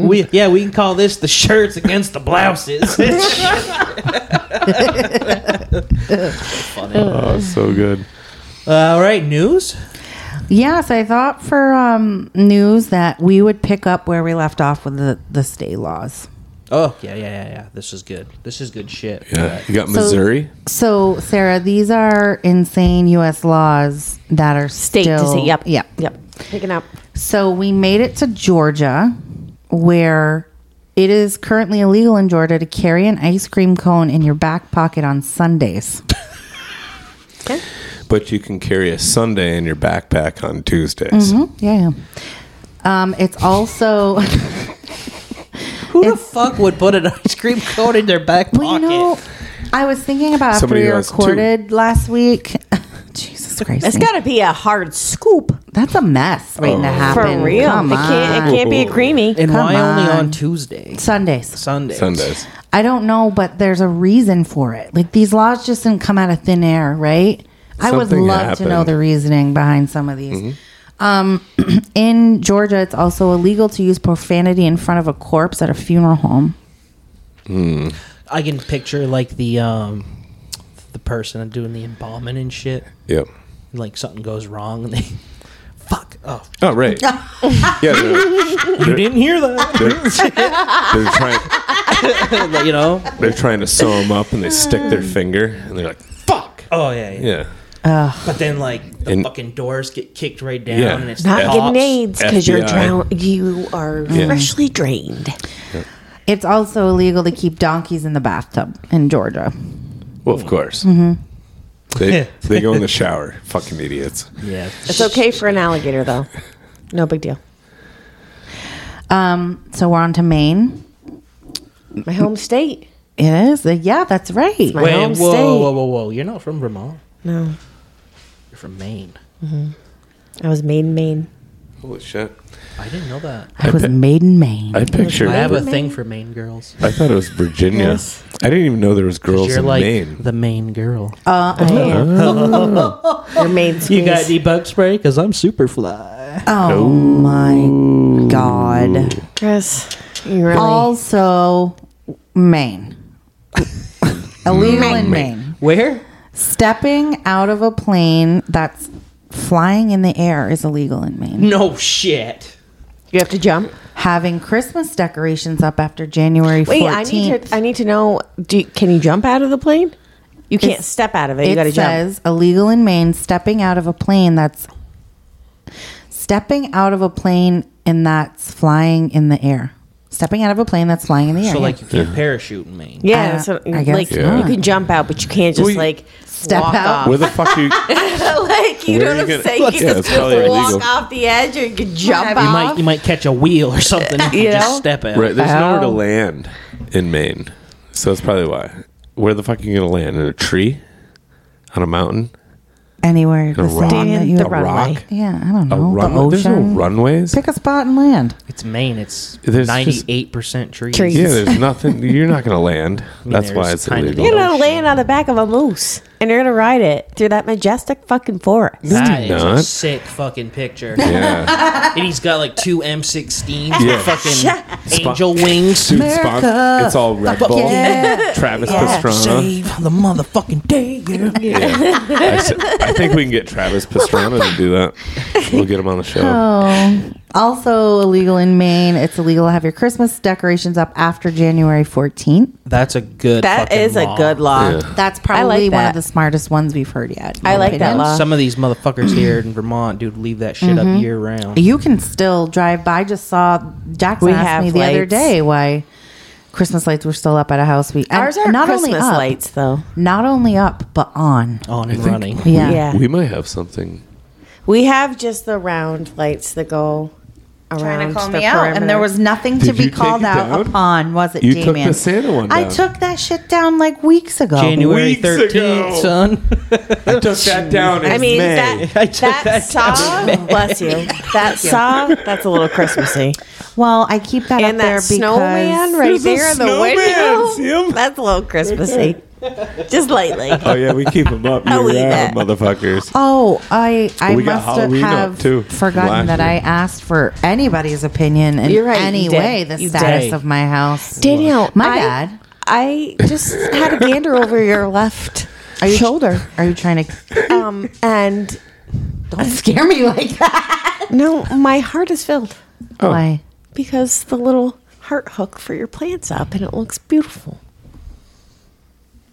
we yeah, we can call this the shirts against the blouses.
Oh, so good.
All right, news.
Yes, I thought for um, news that we would pick up where we left off with the, the state laws.
Oh yeah, yeah, yeah, yeah. This is good. This is good shit.
Yeah, you got Missouri.
So, Sarah, these are insane U.S. laws that are
State
still,
to see. Yep.
Yep.
Yep. Picking up.
So we made it to Georgia, where it is currently illegal in Georgia to carry an ice cream cone in your back pocket on Sundays.
But you can carry a Sunday in your backpack on Tuesdays.
Mm-hmm.
Yeah. Um, it's also, well,
Who the fuck would put an ice cream cone in their back pocket?
you know, I was thinking about after
Somebody
we
who has two.
recorded last week. Jesus Christ.
It's got to be a hard scoop.
That's a mess waiting
Oh.
to happen.
For real.
Come
it, can't, it
on.
can't be a creamy.
and why
come
only on
on.
Tuesday?
Sundays.
Sunday.
Sundays.
I don't know, but there's a reason for it. Like these laws just didn't come out of thin air, right? I would
Something
love to know
happened. Mm-hmm.
the reasoning behind some of these. Um, in Georgia, it's also illegal to use profanity in front of a corpse at a funeral home.
I can picture like the um the person doing the embalming and shit.
Yep.
Like something goes wrong and they fuck. Oh,
Oh, right. yeah, they're,
you didn't hear that?
they're trying.
Like, you know?
They're trying to sew them up, and they stick their finger, and they're like, "Fuck."
Oh yeah, yeah.
Yeah.
But then like the
And-
fucking doors get kicked right down
Yeah.
and it's
Not
the cops.
getting aids because you're
FBI.
drowned. You are freshly drained.
It's also illegal to keep donkeys in the bathtub in Georgia.
Well, of course. Mm-hmm. They they go in the shower. Fucking idiots.
Yeah.
It's okay for an alligator, though. No big deal.
Um, so we're on to Maine.
My home state.
It is. Yeah, that's right.
my-
Wait, whoa,
home
whoa,
state.
whoa, whoa, You're not from Vermont.
No.
You're from Maine.
I was made in Maine.
Holy shit!
I didn't know that.
I was made in Maine.
I pictured.
I
I,
have a thing for Maine girls.
thought it was Virginia.
Yes.
I didn't even know there was girls
You're
in
like
Maine.
the Maine girl.
Uh,
Oh,
I am.
Your maid
Oh. You got any bug spray? Because I'm super fly.
Oh my god.
Chris, you really
Also, Maine. Illegal in Maine.
Where?
Stepping out of a plane that's flying in the air is illegal in Maine.
Mm.
No shit.
you have to jump.
Having Christmas decorations up after January 14th.
Wait, I need to I need to know. Do you, can you jump out of the plane? You can't
It's-
step out of it. You got to
it
jump.
says illegal in Maine stepping out of a plane that's stepping out of a plane and that's flying in the air. Stepping out of a plane that's flying in the air.
So
yeah.
like you can't parachute in Maine.
Yeah,
Uh,
that's what-
I guess
like
not.
you can jump out, but you can't just
Well, you-
like
Step
walk
out.
Where the fuck you?
Off. like you
Where
know
are
what
you gonna-
I'm saying? You
Yeah,
can
it's
just
probably
walk
illegal.
off the edge, or you can jump
You
off.
might you might catch a wheel or something if you,
You
just
know?
step out.
Right, there's nowhere to
Ow.
land in Maine, so that's probably why. Where the fuck are you gonna land? In a tree? On a mountain?
anywhere
A
the
rock?
sand that you
The
a
runway.
rock?
Yeah, I don't
A
know. Oh, the
runway? There's no
ocean.
runways.
Pick a spot and land.
It's Maine. It's
There's just-
ninety-eight percent trees.
Trees.
Yeah, there's nothing. You're not gonna land. That's
there's
why it's
kind of
illegal.
You're
Oh,
gonna
shit.
land on the back of a moose, and you're gonna ride it through that majestic fucking forest.
That is
No,
a
not.
sick fucking picture.
Yeah.
And he's got like two M16s
Yeah.
with fucking angel wings.
Dude, it's fun.
America.
It's all Red Bull.
Yeah.
Travis Pastrana.
Save the motherfucking day, girl.
I, s- I think we can get Travis Pastrana to do that. We'll get him on the show.
Oh. Also illegal in Maine. It's illegal to have your Christmas decorations up after January 14th.
That's a good.
That
fucking
is a
law.
good law.
Yeah.
That's probably one
that.
of the smartest ones we've heard yet. in
I
my
like that
opinion.
law.
Some of these motherfuckers here in Vermont, dude, leave that shit
Mm-hmm.
up year round.
You can still drive by. I just saw Jackson
We
asked
have
me the other
lights.
day why Christmas lights were still up at a house. We and
Ours are
not
Christmas
only up,
lights, though.
not only up but on.
On and running.
Yeah.
Yeah.
We might have something.
We have just the round lights that go around.
Trying to call
the
me out,
perimeter.
and there was nothing to
Did you
be
take
called
it
out
down?
upon, was it,
You took
Damien?
the Santa one
I
down.
took that shit down like weeks ago.
January
Weeks
thirteenth,
ago.
son.
I took that down.
I mean
I
that
took
that
that
saw. Bless you. That saw. That's a little Christmassy.
Well, I keep that up
And
there
that snowman
because
right
There's a
there in the
snowman.
window.
See him?
That's a little Christmassy. Just lightly.
oh yeah, we keep him up.
I'll
You're
eat that.
motherfuckers.
Oh, I I
We got
must have
Halloween up, too,
forgotten
last
that I
year.
asked for anybody's opinion in
You're right, you
any
did.
way the
You
status
did.
of my house.
Danielle,
My
I-
bad.
I just had a gander over your left shoulder.
Are you trying to
Um, and
don't scare me like that?
no, my heart is filled
Oh.
Why?
because the little heart hook for your plant's up and it looks beautiful.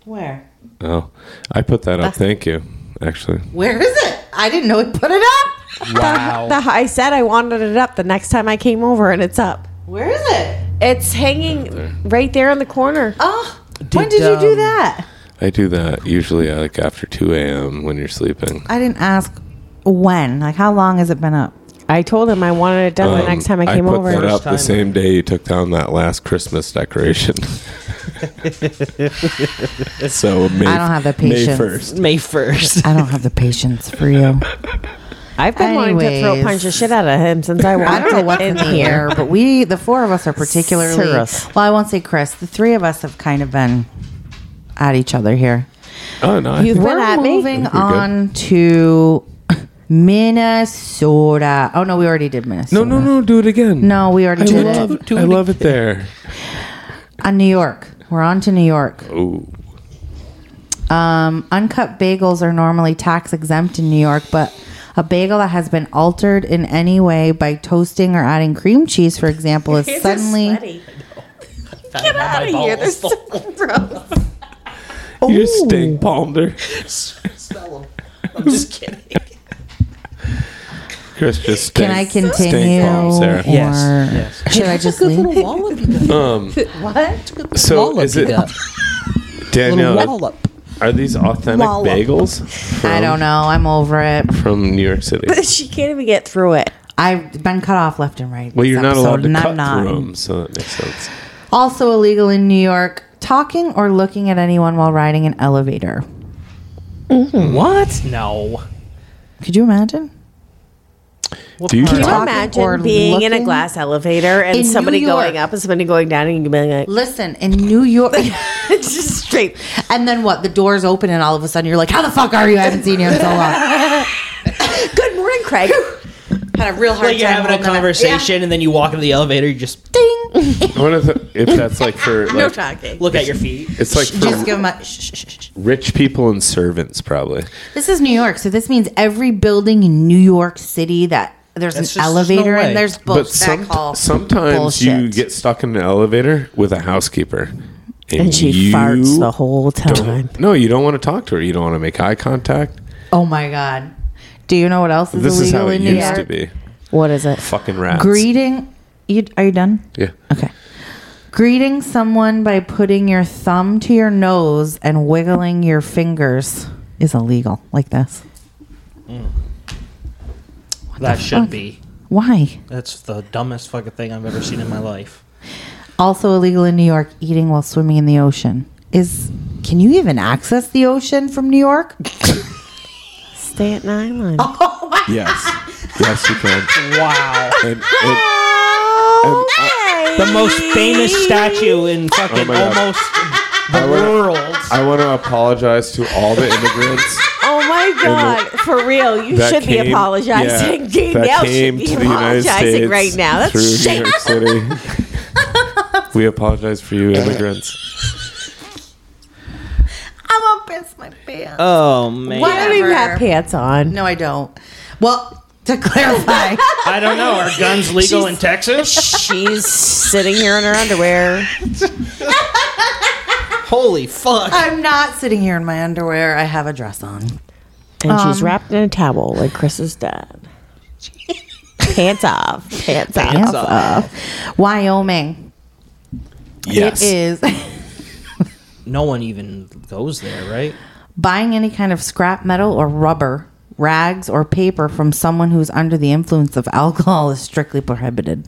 Where?
Oh, I put that up. Thank you. Actually,
Where is it? I didn't know it put it up.
Wow.
The, I said I wanted it up the next time I came over and it's up.
Where is it?
It's hanging right there in the corner.
Oh, when did you do
um,
that?
I do that usually uh, like after 2 a.m. when you're sleeping.
I didn't ask when. Like, how long has it been up?
I told him I wanted it done Oh, the
Um,
next time I came
put
over.
that up
time.
the same day you took down that last Christmas decoration. so May,
I don't have the
May
patience.
first.
May first.
I don't have the patience for you.
I've been wanting to throat
Anyways.
punch the shit out of him since I walked
I don't know what's in
in
the
here.
air, but we, the four of us, are particularly.
Cyrus.
Well, I won't say Chris. The three of us have kind of been at each other here.
Oh no! I think-
been
We're
at me?
moving
I think we're good.
on to Minnesota. Oh no, we already did
no,
Minnesota.
no, no! Do it again.
No, we already
I
did
love,
it.
I love it there.
On New York, we're on to New York.
Oh,
Um, uncut bagels are normally tax exempt in New York, but a bagel that has been altered in any way by toasting or adding cream cheese, for example, is suddenly
Get out of here. They're so gross.
you stink palmer.
I'm just kidding.
Chris just
Can I
stink- stink
continue?
palm, Sarah.
Yeah. Or-
Yes. yes.
should I just leave?
Wallop you got.
Um,
What?
so
Wallop
is
you
it
got.
Danielle?
Little wallop.
Are these authentic
Wallop.
bagels
I don't know. I'm over it.
from New York City?
she can't even get through it.
I've been cut off left and right.
Well,
this
you're not
episode,
allowed to
and I'm
cut
not.
through them, so that makes sense.
Also illegal in New York, talking or looking at anyone while riding an elevator.
What? No.
Could you imagine?
What
Do you
part?
Can you
Talking or
imagine being in a
looking?
glass elevator and
In New
somebody going
York.
up and somebody going down and you being like,
Listen, in New York,
it's just straight.
and then what? The doors open, and all of a sudden you're like, "How the fuck are you? I haven't seen you in so long."
Good morning, Craig.
Had a real hard
Like you're
time
having a
holding it.
conversation and then you walk into the elevator, you just
I wonder if- if that's like for like,
No talking.
look at your feet.
It's like
Yeah. Just
for
give them a. Shh, shh, shh, shh.
rich people and servants, probably.
This is New York, so this means every building in New York City that there's
That's
an
just-
elevator
no way.
and there's bull-
But
that
some,
call
sometimes you
bullshit.
get stuck in an elevator with a housekeeper, and,
And she
you
farts the whole time.
No, you don't want to talk to her. You don't want to make eye contact.
Oh my god! Do you know what else is
This is
illegal
how it
in New
used to
York?
be.
What is it?
Fucking rats.
Greeting. You are you done?
Yeah.
Okay. Greeting someone by putting your thumb to your nose and wiggling your fingers is illegal, like this.
That should be.
Why?
That's the dumbest fucking thing I've ever seen in my life.
Also illegal in New York, eating while swimming in the ocean. Is can you even access the ocean from New York?
Staten Island.
Yes. yes, you can.
Wow.
And, and, and I,
The most famous statue in fucking
Oh my God.
almost the
I wanna-
world.
I want to apologize to all the immigrants
Oh my God. For real. You
that
should
came,
be apologizing.
Yeah, that
Danielle
came
should
to
be
the United
apologizing
States
right now. That's
through New
shameful.
York City. we apologize for you, immigrants.
I'm gonna piss my pants.
Oh man.
Why don't even have pants on?
no, I don't. Well, to clarify,
I don't know. Are guns legal in Texas?
She's sitting here in her underwear.
Holy fuck.
I'm not sitting here in my underwear. I have a dress on.
And she's wrapped in a towel like Chris's dad. pants off. Pants, off.
Wyoming.
Yes.
It is.
No one even goes there, right?
buying any kind of scrap metal or rubber, rags, or paper from someone who's under the influence of alcohol is strictly prohibited.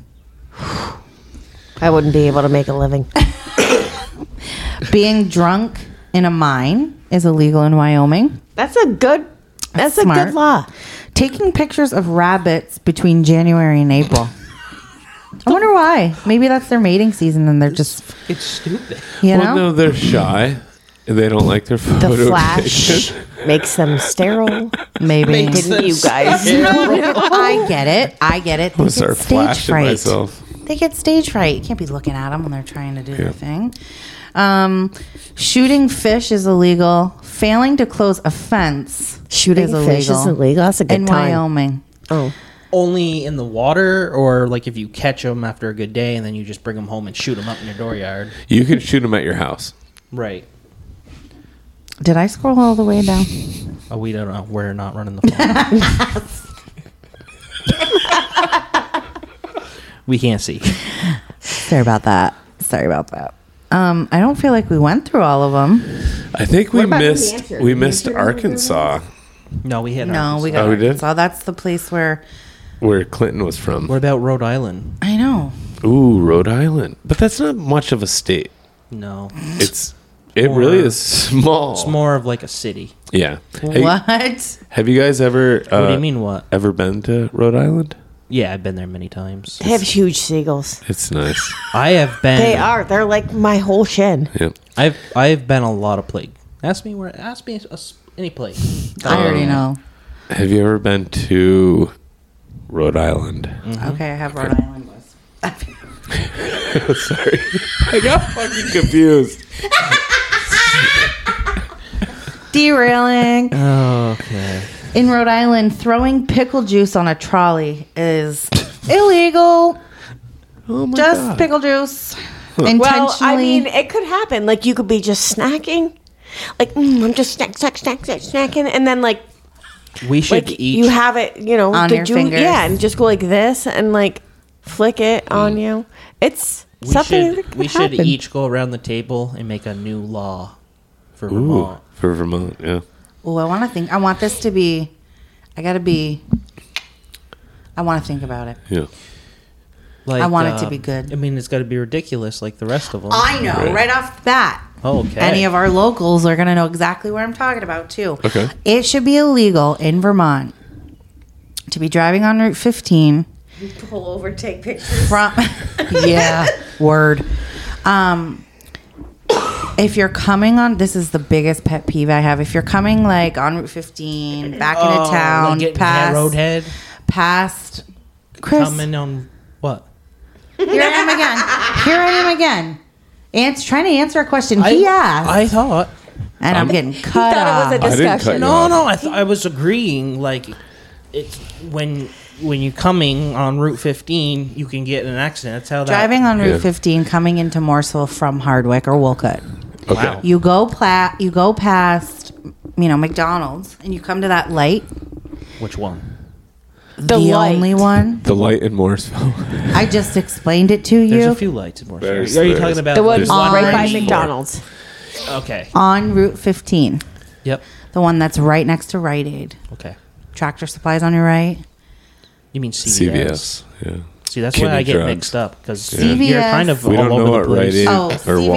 I wouldn't be able to make a living.
Being drunk in a mine is illegal in Wyoming.
That's a good. That's, a
Smart.
good law.
Taking pictures of rabbits between January and April. I wonder why. Maybe that's their mating season and they're just,
It's stupid.
you
well,
know,
no, they're shy. and They don't like their
The
photo.
flash makes them sterile.
maybe.
Didn't you guys?
I get it. I get it. They
I start
get stage
flashing
fright.
myself.
They get stage fright. You can't be looking at them when they're trying to do their thing. Um, shooting fish is illegal. Failing to close a fence
Shooting
is illegal.
fish is illegal. That's a good
in
time.
Wyoming.
Oh,
Only in the water, or like if you catch them after a good day and then you just bring them home and shoot them up in your dooryard.
You can shoot them at your house.
Right.
Did I scroll all the way down?
Oh, we don't know. We're not running the phone. we can't see.
Sorry about that. Sorry about that. Um, I don't feel like we went through all of them.
I think we missed we missed Arkansas,
No, we hit.
No,
Arkansas.
we got.
Oh, we did?
So that's the place where
where Clinton was from.
What about Rhode Island?
I know.
Ooh, Rhode Island. But that's not much of a state.
No,
It's it really
Or-
is small.
it's more of like a city.
Yeah. Hey,
What?
Have you guys ever uh,
What do you mean? What?
ever been to Rhode Island?
Yeah, I've been there many times.
they have huge seagulls.
It's nice.
I have been.
They are. They're like my whole shin.
yep.
I've I've been a lot of plague. Ask me where. Ask me a s any place.
I already know.
Have you ever been to Rhode Island?
Mm.
Okay, I have Rhode Island. was.
Sorry. I got fucking confused.
Derailing.
Okay.
In Rhode Island, throwing pickle juice on a trolley is illegal.
Oh my
Just
God.
pickle juice.
Well, Oh, I
Intentionally.
mean, it could happen. Like you could be just snacking. Like mm, I'm just snack, snack, snack, snack, snacking, and then like
We should
like
each.
you have it, you know,
On
the
your
ju-
fingers.
Yeah, and just go like this and like flick it on you. It's
we
something. that
should,
could
we should
happen.
each go around the table and make a new law for
Ooh,
Vermont.
for Vermont, yeah.
oh, I want to think. I want this to be. I gotta be. I want to think about it.
Yeah.
Like um,
I want it to be good.
I mean, it's got to be ridiculous, like the rest of them.
I know right, off the bat.
okay.
Any of our locals are gonna know exactly what I'm talking about too.
Okay.
It should be illegal in Vermont to be driving on Route 15
Pull over, take pictures.
from yeah word um if you're coming on this is the biggest pet peeve i have if you're coming like on route 15 back into town
Oh, getting that
past
roadhead
past chris
coming on what?
here i am again here i am again Ans trying to answer a question he asked
I thought.
and i'm getting cut
thought
off
it was a
I didn't cut
discussion.
you
No,
off.
no, I, th- I was agreeing. Like, it's when when you're coming on Route 15, you can get in an accident. That's how that
driving on route
Yeah.
15 coming into morsel from hardwick or wolcott
Okay.
Wow.
you go pla- you go past you know mcdonald's and you come to that light
Which one?
the,
light.
only one.
The light in Mooresville.
I just explained it to
There's
you
a few lights in Morris. Are
There's-
you
there's-
talking about
The one
there's
on
right by
Main.
McDonald's.
Okay.
on Route 15,
Yep.
the one that's right next to Rite Aid.
Okay.
Tractor Supplies on your right.
You mean CVS?
CVS. Yeah.
See, that's
Kidney
why I get
drugs.
mixed up because you're
CVS.
kind of
We
all
don't
over the
know what
place.
Rite Aid-
Oh,
Or
CVS.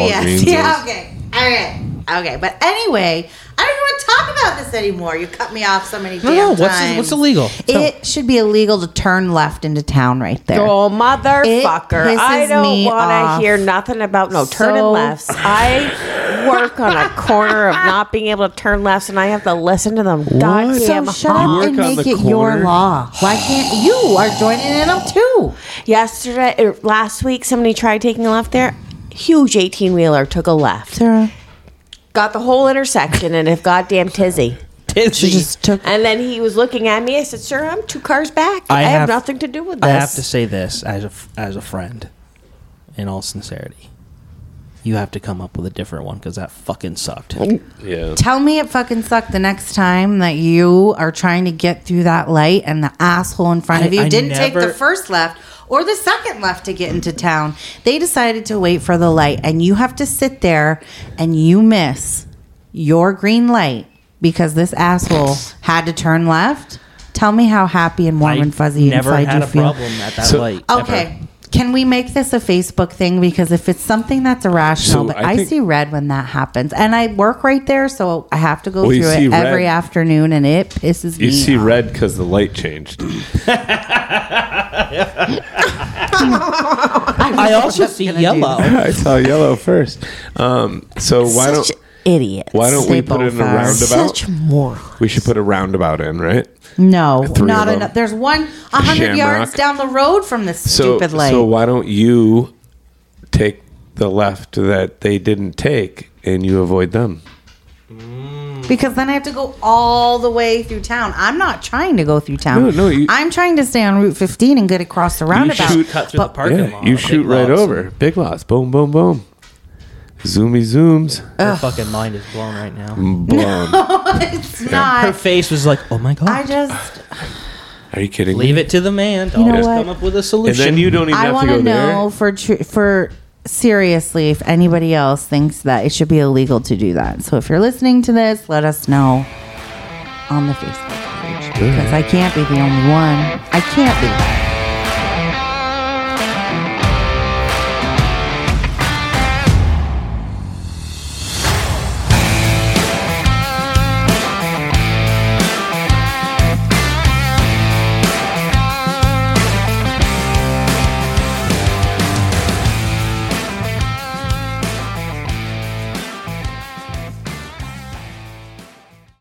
Walgreens
Yeah,
is.
okay. All right. Okay, but anyway, I don't want to talk about this anymore. You cut me off so many
No,
damn
no. What's
times.
what's illegal?
It should be illegal to turn left into town right there.
Oh, motherfucker.
It
I
pisses
don't
me
want
off.
to hear nothing about no turning
So-
lefts. I work on a corner of not being able to turn lefts, and I have to listen to them.
So
Goddamn
shut
honk.
up
work
and
on
make
the
it your
corner?
law. Why can't you are joining in them too?
Yesterday, er, last week, somebody tried taking a left there. Huge 18 wheeler took a left.
Sarah,
Got the whole intersection and if goddamn tizzy.
she just took
And then he was looking at me. I said, Sir, I'm two cars back. I, have, nothing to do with this.
I have to say this as a f- as a friend, in all sincerity, you have to come up with a different one because that fucking sucked.
Yeah.
Tell me it fucking sucked the next time that you are trying to get through that light and the asshole in front
I-
of you
I
didn't take the
never-
first left or the second left to get into town. They decided to wait for the light and you have to sit there and you miss your green light because this asshole had to turn left. Tell me how happy and warm
I
and fuzzy
never
inside
had
you
a
feel.
problem at that
So-
light.
Okay.
ever.
Can we make this a Facebook thing? Because if it's something that's irrational,
So
but I,
I think-
see red when that happens, and I work right there, so I have to go
Well, you
through
see
it
red-
every afternoon, and it pisses
You
me.
see
off.
red because the light changed.
I also see yellow.
I saw yellow first. Um, so why don't
Idiot.
why don't we put in a
Staplefied.
roundabout?
Such moron.
we should put a roundabout in, right?
No,
Three
not
of 'em.
enough. There's one a hundred
Shamrock.
yards down the road from this
So
stupid light.
so why don't you take the left that they didn't take and you avoid them?
because then I have to go all the way through town. I'm not trying to go through town.
No, no, you-
I'm trying to stay on Route 15 and get across the roundabout.
shoot-
Cut through the
But-
parking
yeah,
lot.
you
Big
shoot right
lots.
over. Big loss. Boom, boom, boom. Zoomy zooms.
Her fucking mind is blown right now.
Blown.
it's not.
Her face was like, "Oh my god."
I just
Are you kidding me?
Leave it to the man. to
You know
always
what?
come up with a
And
solution.
then you don't even
I
have to
want
go
to know for tr- for seriously if anybody else thinks that it should be illegal to do that. So if you're listening to this, let us know on the Facebook page
there.
because I can't be the only one. I can't be.